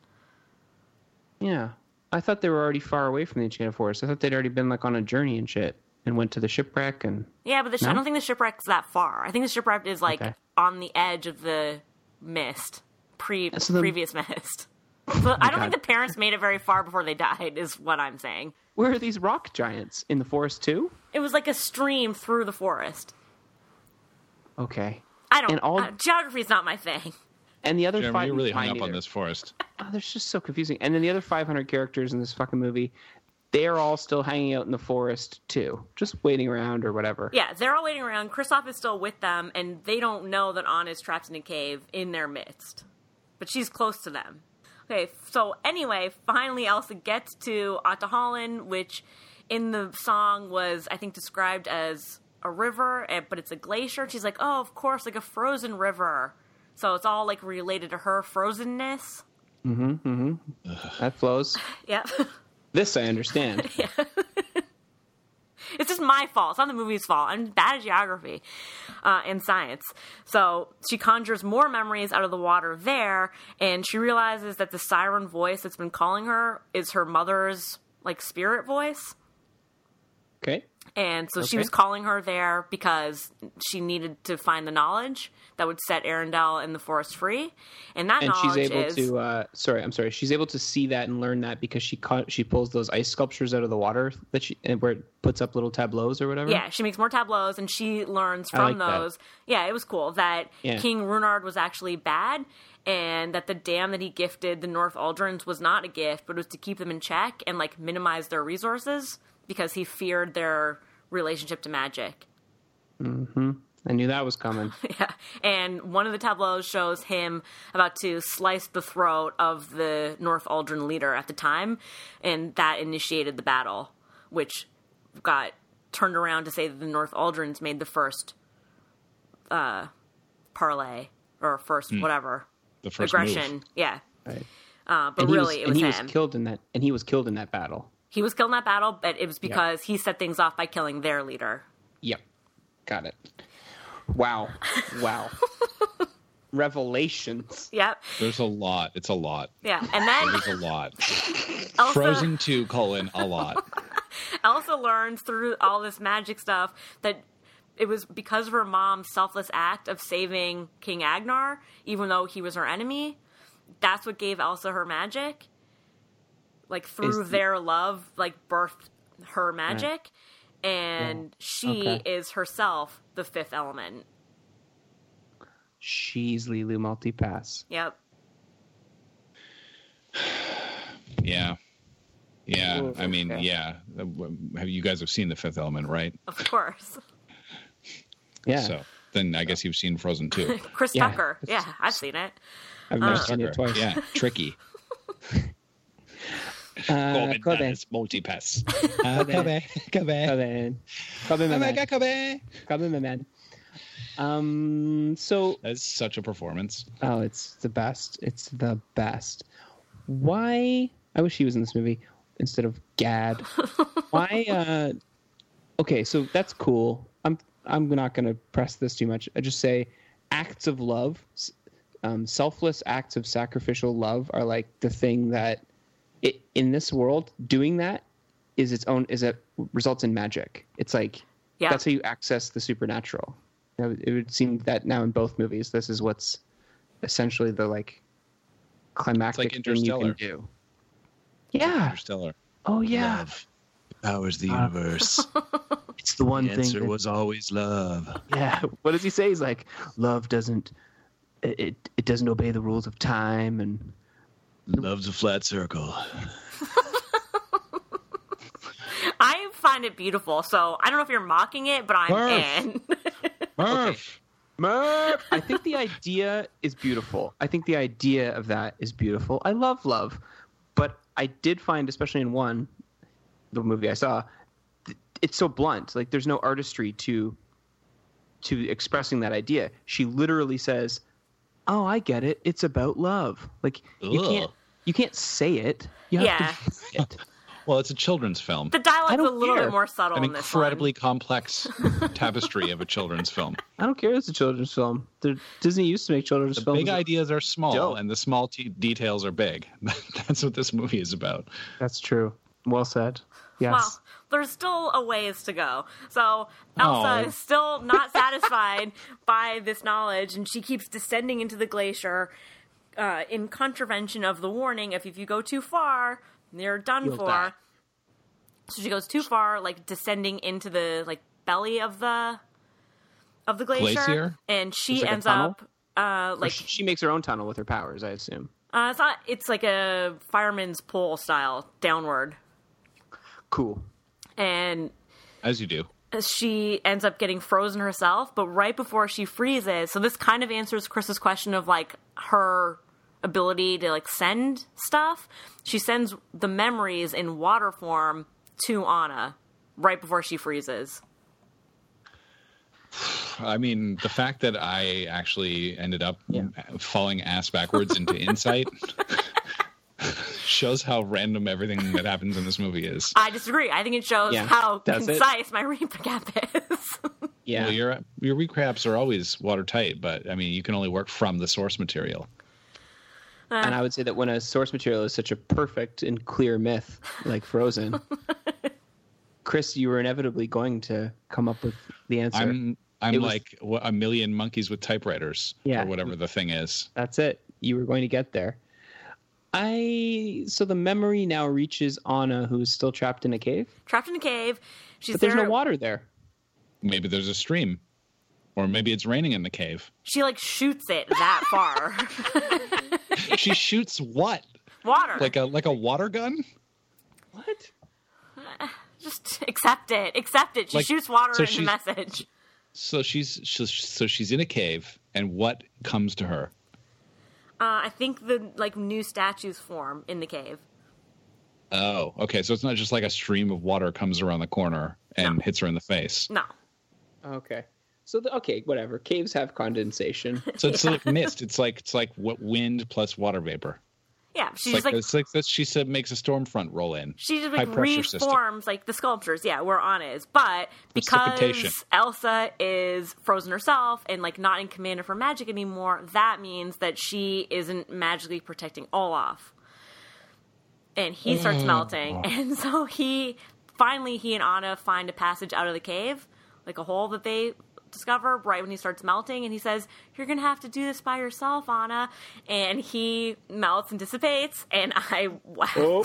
Speaker 2: Yeah, I thought they were already far away from the Enchanted Forest. I thought they'd already been like on a journey and shit, and went to the shipwreck and
Speaker 1: Yeah, but the, sh I
Speaker 2: No?
Speaker 1: don't think the shipwreck's that far. I think the shipwreck is like
Speaker 2: Okay.
Speaker 1: on the edge of the mist, pre
Speaker 2: Uh, So the- Oh
Speaker 1: previous mist. So I don't
Speaker 2: God.
Speaker 1: think the parents made it very far before they died. Is what I'm saying.
Speaker 2: where are these rock giants in the forest too?
Speaker 1: It was like a stream through the forest.
Speaker 2: Okay,
Speaker 1: I don't.
Speaker 2: And all-
Speaker 1: uh, geography's not my thing.
Speaker 2: and the other
Speaker 3: Jeremy,
Speaker 2: five
Speaker 3: you're really hung
Speaker 2: mine
Speaker 3: up on
Speaker 2: either.
Speaker 3: this forest
Speaker 2: Oh, that's just so confusing. And then the other 500 characters in this fucking movie, they're all still hanging out in the forest too, just waiting around or whatever.
Speaker 1: Yeah, they're all waiting around. Kristoff is still with them, and they don't know that Anna is trapped in a cave in their midst. But she's close to them. Okay, so anyway, finally Elsa gets to Otaholland, which in the song was, I think, described as a river, eh, but it's a glacier. She's like, oh, of course, like a frozen river. So it's all like related to her frozenness.
Speaker 2: That flows.
Speaker 1: Yep.
Speaker 2: This I understand.
Speaker 1: It's just my fault. It's not the movie's fault. I'm bad at geography uh, and science. So she conjures more memories out of the water there, and she realizes that the siren voice that's been calling her is her mother's like spirit voice.
Speaker 2: Okay.
Speaker 1: And so she
Speaker 2: Okay.
Speaker 1: was calling her there because she needed to find the knowledge that would set Arendelle and the forest free. And that
Speaker 2: And she's
Speaker 1: knowledge
Speaker 2: able
Speaker 1: is
Speaker 2: to. Uh, sorry, I'm sorry. She's able to see that and learn that because she caught, she pulls those ice sculptures out of the water that she and where it puts up little tableaus or whatever.
Speaker 1: Yeah, she makes more tableaus and she learns
Speaker 2: I
Speaker 1: from
Speaker 2: like that.
Speaker 1: those. Yeah, it was cool that
Speaker 2: Yeah.
Speaker 1: King Runard was actually bad and that the dam that he gifted the North Aldrins was not a gift, but it was to keep them in check and like minimize their resources because he feared their relationship to magic.
Speaker 2: I knew that was coming.
Speaker 1: Yeah. And one of the tableaus shows him about to slice the throat of the North Aldrin leader at the time, and that initiated the battle, which got turned around to say that the North Aldrins made the first uh, parlay or first
Speaker 2: Hmm.
Speaker 1: whatever
Speaker 3: The first
Speaker 1: aggression.
Speaker 3: move.
Speaker 1: Yeah.
Speaker 2: Right.
Speaker 1: Uh, but
Speaker 2: And
Speaker 1: really,
Speaker 2: he was,
Speaker 1: it
Speaker 2: and
Speaker 1: was
Speaker 2: he
Speaker 1: him.
Speaker 2: was killed in that. And he was killed in that battle.
Speaker 1: he was killed in that battle, but it was because he set things off by killing their leader.
Speaker 2: Yep. Got it. Wow. Wow. Revelations.
Speaker 1: Yep.
Speaker 3: There's a lot. It's a lot.
Speaker 1: Yeah. And then
Speaker 3: There's a lot.
Speaker 1: Elsa.
Speaker 3: Frozen two colon a lot.
Speaker 1: Elsa learns through all this magic stuff that it was because of her mom's selfless act of saving King Agnar, even though he was her enemy. That's what gave Elsa her magic. Like through
Speaker 2: Is the-
Speaker 1: their love, like birthed her magic. And she
Speaker 2: Oh, Okay.
Speaker 1: is herself the fifth element.
Speaker 2: She's Lilu Multipass.
Speaker 1: Yep.
Speaker 3: Yeah. Yeah. I mean,
Speaker 2: Okay.
Speaker 3: yeah. Uh, Have you guys have seen the Fifth Element, right?
Speaker 1: Of course.
Speaker 2: Yeah.
Speaker 3: So then I guess you've seen Frozen too.
Speaker 1: Chris
Speaker 2: Yeah.
Speaker 1: Tucker. Yeah, I've seen it.
Speaker 2: I've never seen it twice.
Speaker 3: uh, Yeah. Tricky.
Speaker 2: Uh,
Speaker 3: Corbin
Speaker 2: Corbin.
Speaker 3: Dallas, multi-pass.
Speaker 2: Corbin.
Speaker 3: Kobe.
Speaker 2: Corbin. Corbin, Oh my man.
Speaker 3: Kobe.
Speaker 2: Corbin, my man. Um. So,
Speaker 3: That's such a performance.
Speaker 2: oh, it's the best. It's the best. Why? I wish he was in this movie instead of Gad. Why? Uh, okay, so that's cool. I'm I'm not going to press this too much. I just say acts of love, s- um, selfless acts of sacrificial love are like the thing that it, in this world doing that is its own is it results in magic. It's like
Speaker 1: Yeah.
Speaker 2: that's how you access the supernatural. You know, it would seem that now in both movies, this is what's essentially the like climactic thing you can
Speaker 3: Interstellar.
Speaker 2: do. Yeah.
Speaker 3: Interstellar.
Speaker 2: Oh yeah.
Speaker 3: Love powers the
Speaker 2: Uh,
Speaker 3: universe.
Speaker 2: It's the one
Speaker 3: the answer was always love.
Speaker 2: yeah what does he say he's like love doesn't it, it, it doesn't obey the rules of time and
Speaker 3: Love's a flat circle.
Speaker 1: I find it beautiful. So I don't know if you're mocking it, but I'm
Speaker 3: Barf.
Speaker 1: in.
Speaker 3: Murph.
Speaker 2: i think the idea is beautiful i think the idea of that is beautiful i love love but i did find especially in one the movie i saw th- it's so blunt like there's no artistry to to expressing that idea she literally says oh i get it it's about love like you
Speaker 3: Ugh.
Speaker 2: can't you can't say it you have
Speaker 1: Yeah.
Speaker 2: to feel it
Speaker 3: Well, it's a children's film.
Speaker 1: The dialogue's a
Speaker 2: don't
Speaker 1: little
Speaker 2: care.
Speaker 1: bit more subtle
Speaker 3: An
Speaker 1: in this one.
Speaker 3: incredibly complex tapestry of a children's film.
Speaker 2: I don't care. It's a children's film. The- Disney used to make children's
Speaker 3: The
Speaker 2: films.
Speaker 3: big ideas are small,
Speaker 2: Dope.
Speaker 3: and the small t- details are big. That's what this movie is about.
Speaker 2: That's true. Well said. Yes.
Speaker 1: Well, there's still a ways to go. So Elsa
Speaker 3: Oh.
Speaker 1: is still not satisfied by this knowledge, and she keeps descending into the glacier uh, in contravention of the warning of if you go too far, you're done
Speaker 2: You'll
Speaker 1: for.
Speaker 2: die.
Speaker 1: So she goes too far, like descending into the like belly of the of the glacier,
Speaker 3: Glacier?
Speaker 1: and she
Speaker 2: It's like a
Speaker 1: ends
Speaker 2: tunnel?
Speaker 1: up uh, like
Speaker 2: she makes her own tunnel with her powers, I assume.
Speaker 1: uh, it's not. It's like a fireman's pole style downward,
Speaker 2: Cool.
Speaker 1: and
Speaker 3: As you do.
Speaker 1: she ends up getting frozen herself, but right before she freezes, so this kind of answers Chris's question of like her ability to like send stuff. She sends the memories in water form to Anna right before she freezes.
Speaker 3: I mean, the fact that I actually ended up
Speaker 2: Yeah.
Speaker 3: falling ass backwards into insight shows how random everything that happens in this movie is.
Speaker 1: I disagree. I think it shows
Speaker 2: Yeah,
Speaker 1: how
Speaker 2: does it?
Speaker 1: concise my recap is.
Speaker 2: Yeah.
Speaker 3: Well, your your recaps are always watertight, but I mean, you can only work from the source material.
Speaker 2: and I would say that when a source material is such a perfect and clear myth like Frozen, Chris, you were inevitably going to come up with the answer.
Speaker 3: I'm I'm
Speaker 2: It was-
Speaker 3: like wha- a million monkeys with typewriters
Speaker 2: Yeah.
Speaker 3: or whatever the thing is.
Speaker 2: That's it. You were going to get there. I so the memory now reaches Anna, who's still trapped in a cave,
Speaker 1: Trapped in a cave. She's
Speaker 2: but there's
Speaker 1: there.
Speaker 2: no water there.
Speaker 3: Maybe there's a stream, or maybe it's raining in the cave.
Speaker 1: She like shoots it that far.
Speaker 3: she shoots what?
Speaker 1: Water.
Speaker 3: Like a like a water gun?
Speaker 2: What?
Speaker 1: Just accept it. Accept it. She
Speaker 3: Like,
Speaker 1: shoots water
Speaker 3: so
Speaker 1: in the
Speaker 3: she's-
Speaker 1: message.
Speaker 3: So she's she's so she's in a cave, and what comes to her?
Speaker 1: Uh, I think the like new statues form in the cave.
Speaker 3: Oh, okay. So it's not just like a stream of water comes around the corner and hits her in the face.
Speaker 1: No.
Speaker 2: Okay. So the, okay, whatever. Caves have condensation.
Speaker 3: So it's like mist. It's like it's like what wind plus water vapor.
Speaker 1: Yeah.
Speaker 3: It's
Speaker 1: She's
Speaker 3: like,
Speaker 1: like,
Speaker 3: it's like this, she said makes a storm front roll in.
Speaker 1: she just like
Speaker 3: high pressure
Speaker 1: reforms
Speaker 3: system.
Speaker 1: like the sculptures. Yeah, where Anna is, but
Speaker 3: Precipitation.
Speaker 1: because Elsa is frozen herself and like not in command of her magic anymore, that means that she isn't magically protecting Olaf, and he starts melting, and so he finally he and Anna find a passage out of the cave, like a hole that they discover right when he starts melting and he says you're gonna have to do this by yourself anna and he melts and dissipates and i wept
Speaker 2: Oh,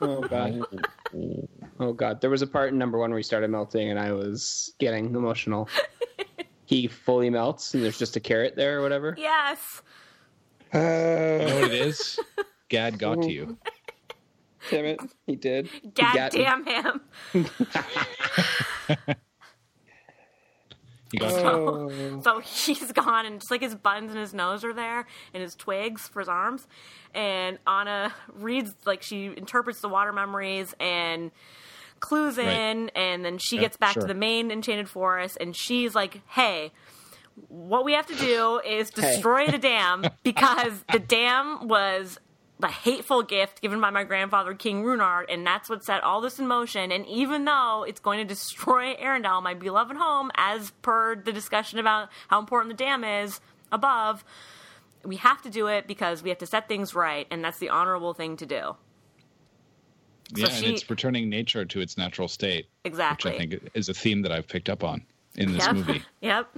Speaker 2: oh god. Oh god. There was a part in number one where he started melting, and I was getting emotional. He fully melts, and there's just a carrot there or whatever.
Speaker 1: Yes.
Speaker 2: Uh,
Speaker 3: You know what it is? Gad got to you.
Speaker 2: Damn it, he did. He
Speaker 1: God
Speaker 2: got me.
Speaker 1: damn him.
Speaker 3: He got to you.
Speaker 2: Oh.
Speaker 1: So he's gone, and just like his buttons and his nose are there, and his twigs for his arms. And Anna reads, like, she interprets the water memories and clues in, and then she
Speaker 3: Yeah,
Speaker 1: gets back
Speaker 3: sure.
Speaker 1: to the main enchanted forest, and she's like, hey, what we have to do is destroy the dam because the dam was the hateful gift given by my grandfather King Runard, and that's what set all this in motion. And even though it's going to destroy Arendelle, my beloved home, as per the discussion about how important the dam is above, we have to do it because we have to set things right, and that's the honorable thing to do.
Speaker 3: Yeah,
Speaker 1: she-
Speaker 3: and it's returning nature to its natural state, which
Speaker 1: Exactly.
Speaker 3: I think is a theme that I've picked up on in this
Speaker 1: Yep.
Speaker 3: movie.
Speaker 1: Yep.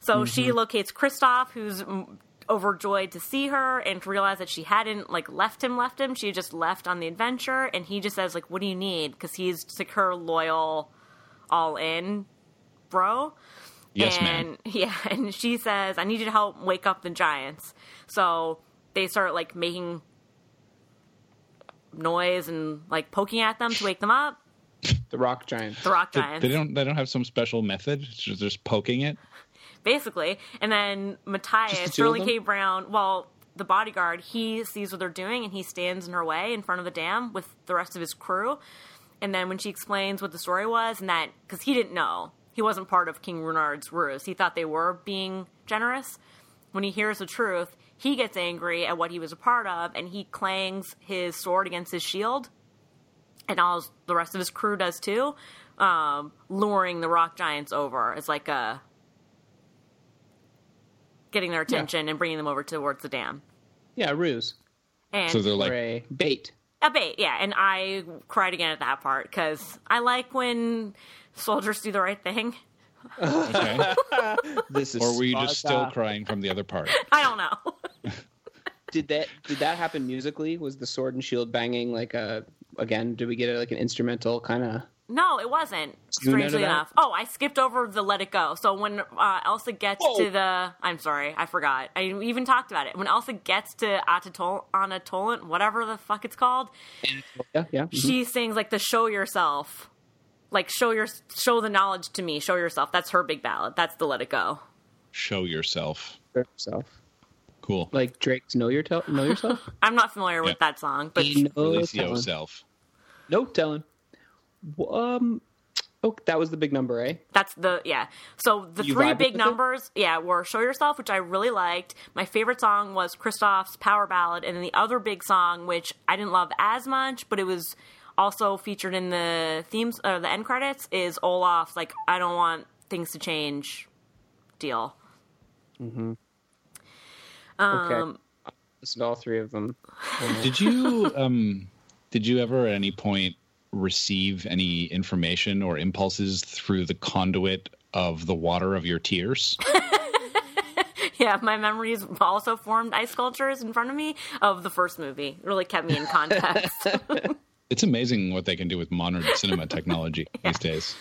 Speaker 1: So she locates Kristoff, who's mm, overjoyed to see her and to realize that she hadn't like left him, left him. She had just left on the adventure, and he just says like, "What do you need?" Because he's just like her loyal, all in, bro.
Speaker 3: Yes,
Speaker 1: and,
Speaker 3: man.
Speaker 1: Yeah, and she says, "I need you to help wake up the giants." So they start like making noise and like poking at them to wake them up.
Speaker 2: The rock giant.
Speaker 1: The rock
Speaker 3: They,
Speaker 1: giants.
Speaker 3: they don't they don't have some special method. It's just, just poking it.
Speaker 1: basically. And then
Speaker 2: Just the
Speaker 1: Matthias,
Speaker 2: two of
Speaker 1: Sterling
Speaker 2: them?
Speaker 1: K. Brown, well, the bodyguard, he sees what they're doing and he stands in her way in front of the dam with the rest of his crew. And then when she explains what the story was and that, because he didn't know, he wasn't part of King Runard's ruse, he thought they were being generous. When he hears the truth, he gets angry at what he was a part of and he clangs his sword against his shield. And all the rest of his crew does too, um, luring the rock giants over. It's like a getting their attention and bringing them over towards the dam.
Speaker 2: Yeah, ruse.
Speaker 1: And
Speaker 3: So they're like,
Speaker 2: Ray. Bait.
Speaker 1: a bait, yeah. And I cried again at that part because I like when soldiers do the right thing.
Speaker 3: okay.
Speaker 2: This is
Speaker 3: Or were you just still
Speaker 2: Sparta.
Speaker 3: crying from the other part?
Speaker 1: I don't know.
Speaker 2: did that did that happen musically? Was the sword and shield banging like a again? Did we get like an instrumental kind of?
Speaker 1: No, it wasn't.
Speaker 2: You noted
Speaker 1: Strangely
Speaker 2: that?
Speaker 1: enough. Oh, I skipped over the Let It Go. So when uh, Elsa gets
Speaker 2: Whoa.
Speaker 1: to the, I'm sorry, I forgot. I even talked about it. When Elsa gets to Atatol- Anatolant, whatever the fuck it's called,
Speaker 2: Yeah, yeah. mhm.
Speaker 1: she sings like the show yourself like show your show the knowledge to me show yourself that's her big ballad that's the let it go
Speaker 3: Show yourself.
Speaker 2: Herself.
Speaker 3: Cool.
Speaker 2: Like Drake's "Know Your Tel- Know Yourself."
Speaker 1: i'm not familiar with
Speaker 3: Yeah.
Speaker 1: that song but Oh,
Speaker 2: no
Speaker 3: Release
Speaker 2: telling.
Speaker 3: yourself.
Speaker 2: No telling. Wh- Um. Oh, that was the big number, eh?
Speaker 1: That's the yeah. So the
Speaker 2: You
Speaker 1: three
Speaker 2: vibe
Speaker 1: big
Speaker 2: with it?
Speaker 1: numbers, yeah, were "Show Yourself," which I really liked. My favorite song was Kristoff's "Power Ballad," and then the other big song, which I didn't love as much, but it was also featured in the themes or the end credits, is Olaf's like "I don't want things to change" deal.
Speaker 2: okay. Listen to all three of them.
Speaker 3: Did you um did you ever at any point receive any information or impulses through the conduit of the water of your tears.
Speaker 1: Yeah, my memories also formed ice sculptures in front of me of the first movie. Really kept me in context.
Speaker 3: It's amazing what they can do with modern cinema technology these days.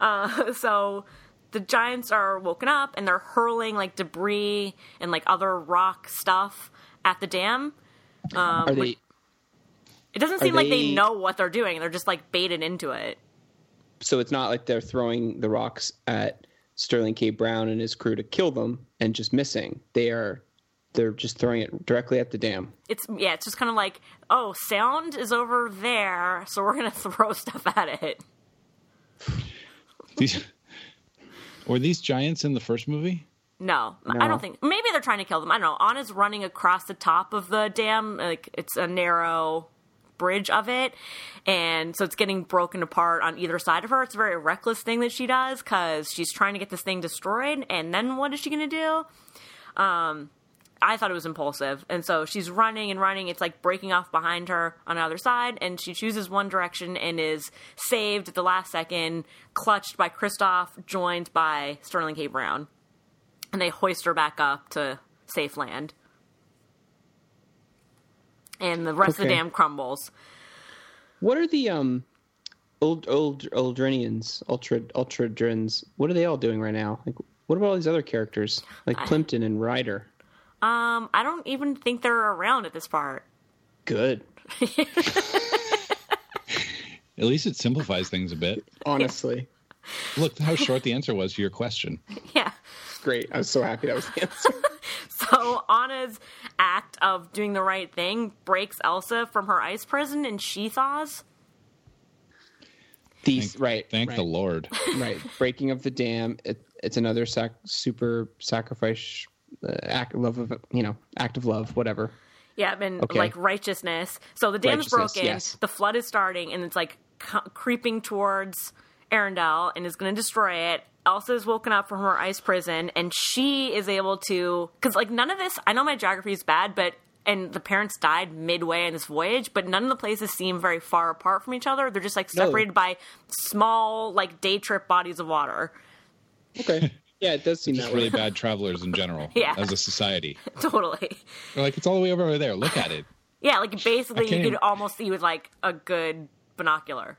Speaker 1: so the giants are woken up and they're hurling like debris and like other rock stuff at the dam.
Speaker 2: Are they?
Speaker 1: It doesn't seem like they
Speaker 2: they-
Speaker 1: know what they're doing. They're just like baited into it.
Speaker 2: So it's not like they're throwing the rocks at Sterling K. Brown and his crew to kill them and just missing. They are. They're just throwing it directly at the dam.
Speaker 1: It's yeah, it's just kind of like, "Oh, sound is over there, so we're going to throw stuff at it."
Speaker 3: These were these giants in the first movie.
Speaker 1: No, I
Speaker 2: No.
Speaker 1: don't think. Maybe they're trying to kill them. I don't know. Anna's running across the top of the dam. Like it's a narrow bridge of it, and so it's getting broken apart on either side of her. It's a very reckless thing that she does because she's trying to get this thing destroyed. And then what is she going to do? Um, I thought it was impulsive, and so she's running and running. It's like breaking off behind her on the other side, and she chooses one direction and is saved at the last second, clutched by Kristoff, joined by Sterling K. Brown and they hoist her back up to safe land. And the rest of the
Speaker 2: Okay.
Speaker 1: dam crumbles.
Speaker 2: What are the um, old old Aldrinians, ultra ultradrins? What are they all doing right now? Like, what about all these other characters like Plimpton and Ryder?
Speaker 1: Um, I don't even think they're around at this part.
Speaker 2: Good,
Speaker 3: At least it simplifies things a bit.
Speaker 2: honestly,
Speaker 3: Look how short the answer was to your question.
Speaker 1: Yeah.
Speaker 2: great. I was so happy that was the answer.
Speaker 1: So Anna's act of doing the right thing breaks Elsa from her ice prison and she thaws.
Speaker 2: These right,
Speaker 3: Thank
Speaker 2: right,
Speaker 3: the Lord.
Speaker 2: right. Breaking of the dam. It, it's another sac- super sacrifice uh, act, love of you know, act of love, whatever.
Speaker 1: Yeah, and
Speaker 2: Okay.
Speaker 1: like righteousness. So the dam's
Speaker 2: Righteousness,
Speaker 1: broken.
Speaker 2: yes.
Speaker 1: The flood is starting, and it's like co- creeping towards Arendelle and is going to destroy it. Elsa is woken up from her ice prison, and she is able to because like none of this. I know my geography is bad, but and the parents died midway in this voyage, but none of the places seem very far apart from each other. They're just like
Speaker 2: No.
Speaker 1: separated by small like day trip bodies of water.
Speaker 2: Okay, yeah, it does seem that
Speaker 3: Just
Speaker 2: way.
Speaker 3: really bad travelers in general,
Speaker 1: Yeah.
Speaker 3: as a society.
Speaker 1: totally.
Speaker 3: They're like, it's all the way over there. Look at it.
Speaker 1: Yeah, like basically you
Speaker 3: can't
Speaker 1: could
Speaker 3: even-
Speaker 1: almost see with like a good binocular.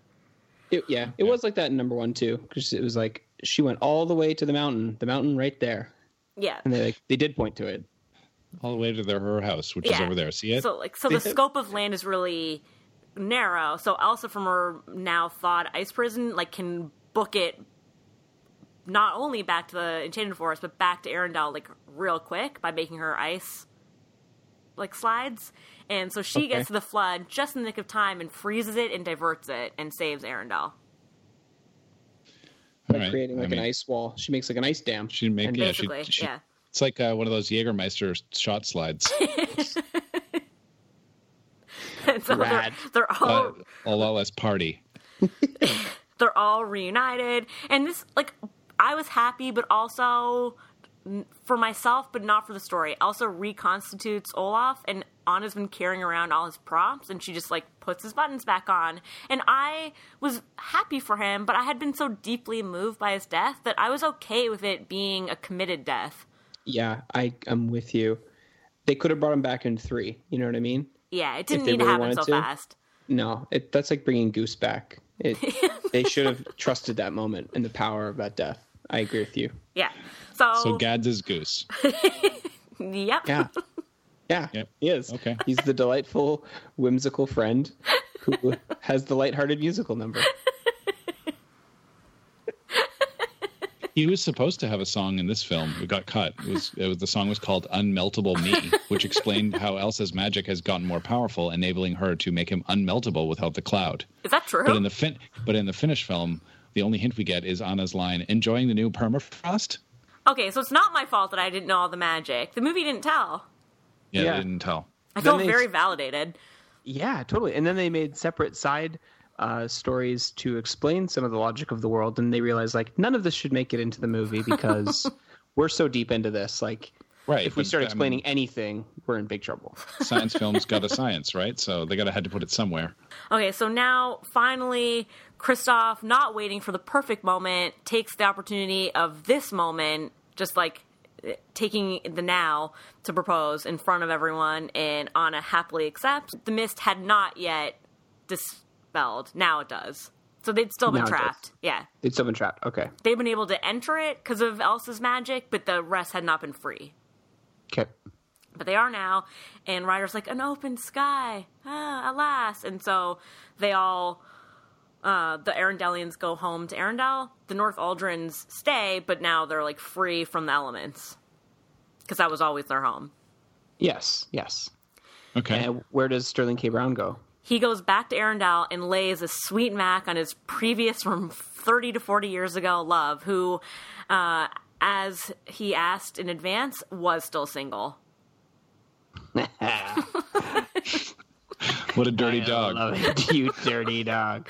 Speaker 2: It, yeah, it was like that in number one too, because it was like she went all the way to the mountain, the mountain right there,
Speaker 1: Yeah.
Speaker 2: and they like they did point to it.
Speaker 3: All the way to their, her house, which is
Speaker 1: Yeah.
Speaker 3: over there. See it?
Speaker 1: So like so the
Speaker 2: They-
Speaker 1: scope of land is really narrow. So Elsa from her now thawed ice prison like can book it not only back to the Enchanted Forest but back to Arendelle like real quick by making her ice like slides. And so she
Speaker 2: Okay.
Speaker 1: gets to the flood just in the nick of time and freezes it and diverts it and saves Arendelle.
Speaker 3: All
Speaker 2: by
Speaker 3: right.
Speaker 2: creating like
Speaker 3: I mean,
Speaker 2: an ice wall. She makes like an ice dam.
Speaker 3: She make
Speaker 2: And
Speaker 3: yeah, she,
Speaker 1: basically,
Speaker 3: she-
Speaker 1: yeah.
Speaker 3: It's like uh, one of those Jägermeister shot slides,
Speaker 1: And so they're,
Speaker 2: Rad.
Speaker 1: they're all
Speaker 3: but a lot less party.
Speaker 1: they're all reunited and this like i was happy but also n- for myself but not for the story elsa reconstitutes olaf and anna's been carrying around all his props and she just like puts his buttons back on and i was happy for him but i had been so deeply moved by his death that i was okay with it being a committed death
Speaker 2: Yeah, I I'm with you. They could have brought him back in three. You know what I mean?
Speaker 1: yeah it didn't
Speaker 2: they
Speaker 1: need to
Speaker 2: really
Speaker 1: happen
Speaker 2: wanted
Speaker 1: so
Speaker 2: to.
Speaker 1: fast
Speaker 2: No, it, that's like bringing Goose back. It, they should have trusted that moment and the power of that death. I agree with you.
Speaker 1: yeah
Speaker 3: So
Speaker 1: so,
Speaker 3: Gads is goose.
Speaker 1: yep
Speaker 2: Yeah, yeah,
Speaker 3: Yep.
Speaker 2: he is.
Speaker 3: Okay.
Speaker 2: he's the delightful, whimsical friend who has the lighthearted musical number.
Speaker 3: He was supposed to have a song in this film. It got cut. It was, it was the song was called "Unmeltable Me," which explained how Elsa's magic has gotten more powerful, enabling her to make him unmeltable without the cloud.
Speaker 1: is that true
Speaker 3: But in the fin- but in the finished film, the only hint we get is Anna's line, "Enjoying the new permafrost."
Speaker 1: okay so it's not my fault that i didn't know all the magic the movie didn't tell
Speaker 3: Yeah,
Speaker 2: Yeah.
Speaker 3: they didn't tell.
Speaker 1: i
Speaker 2: Then
Speaker 1: felt
Speaker 2: they-
Speaker 1: very validated
Speaker 2: Yeah, totally. And then they made separate side uh, stories to explain some of the logic of the world, and they realized like none of this should make it into the movie because we're so deep into this. Like,
Speaker 3: Right.
Speaker 2: if we
Speaker 3: but,
Speaker 2: start
Speaker 3: I mean,
Speaker 2: explaining anything, we're in big trouble.
Speaker 3: science films got a science, right? So they got to had to put it somewhere.
Speaker 1: Okay, so now finally, Kristoff, not waiting for the perfect moment, takes the opportunity of this moment, just like eh, taking the now to propose in front of everyone, and Anna happily accepts. The mist had not yet dispelled. Now it does. So they'd still been
Speaker 2: Now it does.
Speaker 1: trapped. Yeah.
Speaker 2: It's someone trapped. Okay.
Speaker 1: They'd been able to enter it because of Elsa's magic, but the rest had not been free.
Speaker 2: Okay.
Speaker 1: But they are now, and Ryder's like, an open sky, ah, alas. And so they all, uh, the Arendellians go home to Arendelle. The North Aldrins stay, but now they're like free from the elements. Because that was always their home.
Speaker 2: Yes. Yes.
Speaker 3: Okay.
Speaker 2: And where does Sterling K. Brown go?
Speaker 1: He goes back to Arendelle and lays a sweet mac on his previous from 30 to 40 years ago love, who, uh, as he asked in advance, was still single.
Speaker 3: What a dirty
Speaker 2: I
Speaker 3: dog.
Speaker 2: love it, you dirty dog.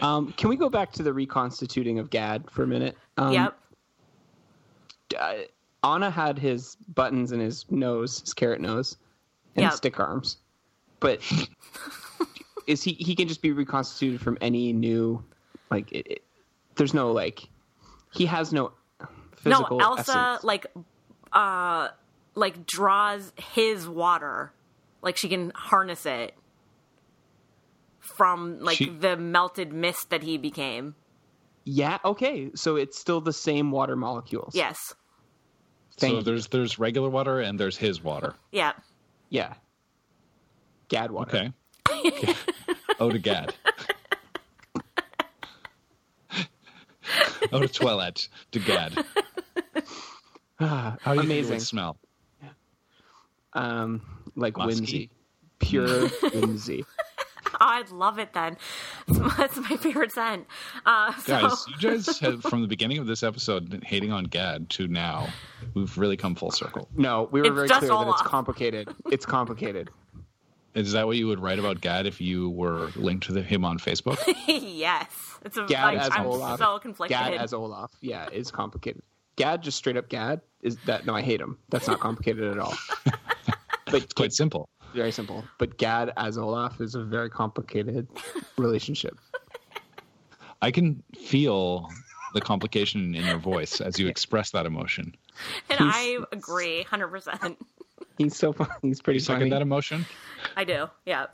Speaker 2: Um, can we go back to the reconstituting of Gad for a minute? Um,
Speaker 1: yep.
Speaker 2: uh, Anna had his buttons in his nose, his carrot nose, and
Speaker 1: Yep.
Speaker 2: stick arms. But is he? He can just be reconstituted from any new, like. It, it, there's no like. He has no physical.
Speaker 1: no elsa
Speaker 2: essence.
Speaker 1: like uh like draws his water like she can harness it from like
Speaker 3: She-
Speaker 1: the melted mist that he became
Speaker 2: yeah. Okay. So it's still the same water molecules.
Speaker 1: yes
Speaker 2: Thank
Speaker 3: So
Speaker 2: you.
Speaker 3: there's there's regular water and there's his water.
Speaker 1: yeah
Speaker 2: Yeah. Gad water.
Speaker 3: Okay. Oh to Gad. Oh to toilet to Gad.
Speaker 2: Ah,
Speaker 3: How do you think it
Speaker 2: amazing.
Speaker 3: would smell?
Speaker 2: Um, like
Speaker 3: Musky.
Speaker 2: whimsy, pure whimsy.
Speaker 1: i'd love it then that's my favorite scent uh so
Speaker 2: Oh.
Speaker 3: Guys, you guys have from the beginning of this episode been hating on Gad to now, we've really come full circle.
Speaker 2: No, we were
Speaker 1: It's
Speaker 2: very
Speaker 1: just
Speaker 2: clear that
Speaker 1: Olaf.
Speaker 2: it's complicated. It's complicated.
Speaker 3: Is that what you would write about Gad if you were linked to him on Facebook?
Speaker 1: yes it's a
Speaker 2: Gad
Speaker 1: like,
Speaker 2: as
Speaker 1: i'm
Speaker 2: Olaf.
Speaker 1: so conflicted
Speaker 2: Gad as Olaf. Yeah, is complicated. Gad, just straight up Gad, is that? No, I hate him. That's not complicated at all.
Speaker 3: It's quite simple.
Speaker 2: Very simple. But Gad as Olaf is a very complicated relationship.
Speaker 3: I can feel the complication in your voice as you express that emotion.
Speaker 1: and i agree 100%
Speaker 2: He's so fun. He's pretty
Speaker 3: You second
Speaker 2: funny.
Speaker 3: that emotion?
Speaker 1: i do yeah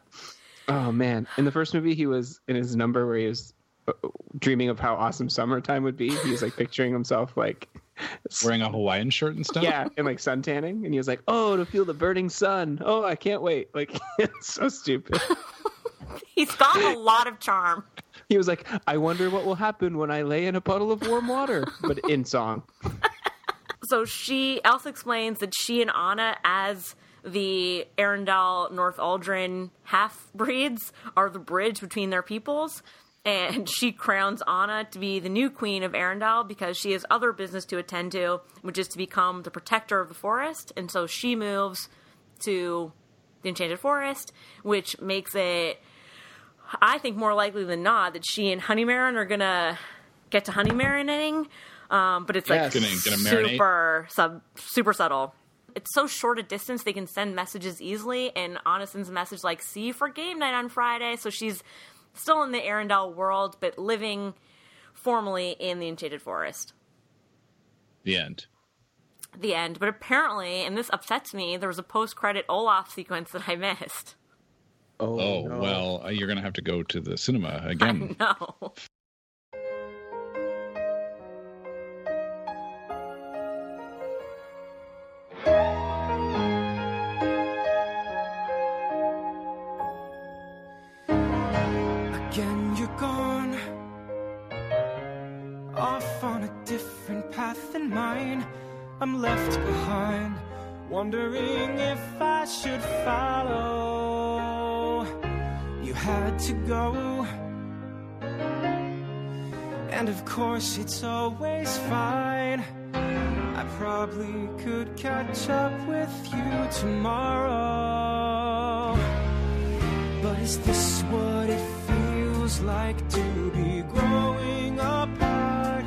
Speaker 2: Oh man! In the first movie, he was in his number where he was uh, dreaming of how awesome summertime would be. He was like picturing himself like
Speaker 3: Wearing a Hawaiian shirt and stuff?
Speaker 2: yeah, and like sun tanning, and he was like, "Oh, to feel the burning sun! Oh, I can't wait!" Like, it's so stupid.
Speaker 1: he's got a lot of charm
Speaker 2: He was like, "I wonder what will happen when I lay in a puddle of warm water," but in song.
Speaker 1: so she Elsa explains that she and Anna, as the Arendelle North Aldrin half breeds, are the bridge between their peoples. And she crowns Anna to be the new queen of Arendelle because she has other business to attend to, which is to become the protector of the forest. And so she moves to the Enchanted Forest, which makes it, I think, more likely than not that she and Honey Marin are gonna get to Honey Marinating. Um, but it's
Speaker 2: Yes.
Speaker 1: like
Speaker 3: Gonna, gonna marinate.
Speaker 1: super sub super subtle. It's so short a distance they can send messages easily. And Anna sends a message like "See you for game night on Friday." So she's still in the Arendelle world, but living formally in the Enchanted Forest.
Speaker 3: The end.
Speaker 1: The end. But apparently, and this upsets me, there was a post-credit Olaf sequence that I missed.
Speaker 3: Oh,
Speaker 2: no.
Speaker 3: well, uh, you're going to have to go to the cinema again.
Speaker 1: No.
Speaker 4: Again, you're gone. Off on a different path than mine. I'm left behind, wondering if I should follow. You had to go. And of course, it's always fine. I probably could catch up with you tomorrow. But is this what it feels like to be growing apart?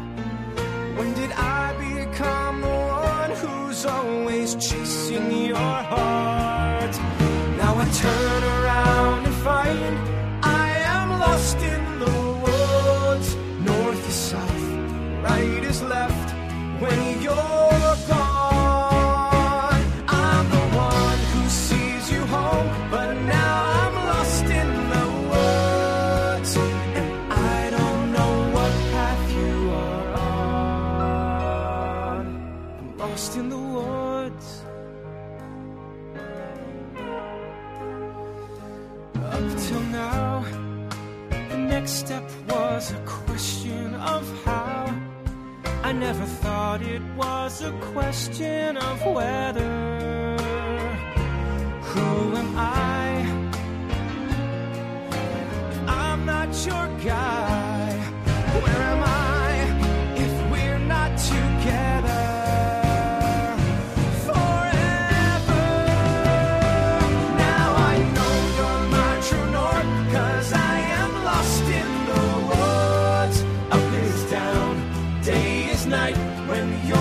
Speaker 4: When did I become the one who's always? was chasing your heart. Now I turn around and find I am lost in the woods. North is south, right is left. When you're gone, I'm the one who sees you home, but now I'm lost in the woods, and I don't know what path you are on. I'm lost in the woods. Up till now, the next step was a question of how. I never thought it was a question of whether. Who am I? If I'm not your guy. Where am I if we're not together? Forever. Now I know you're my true north, 'cause I am lost in the woods. Up is down, day is night, when you're Oh,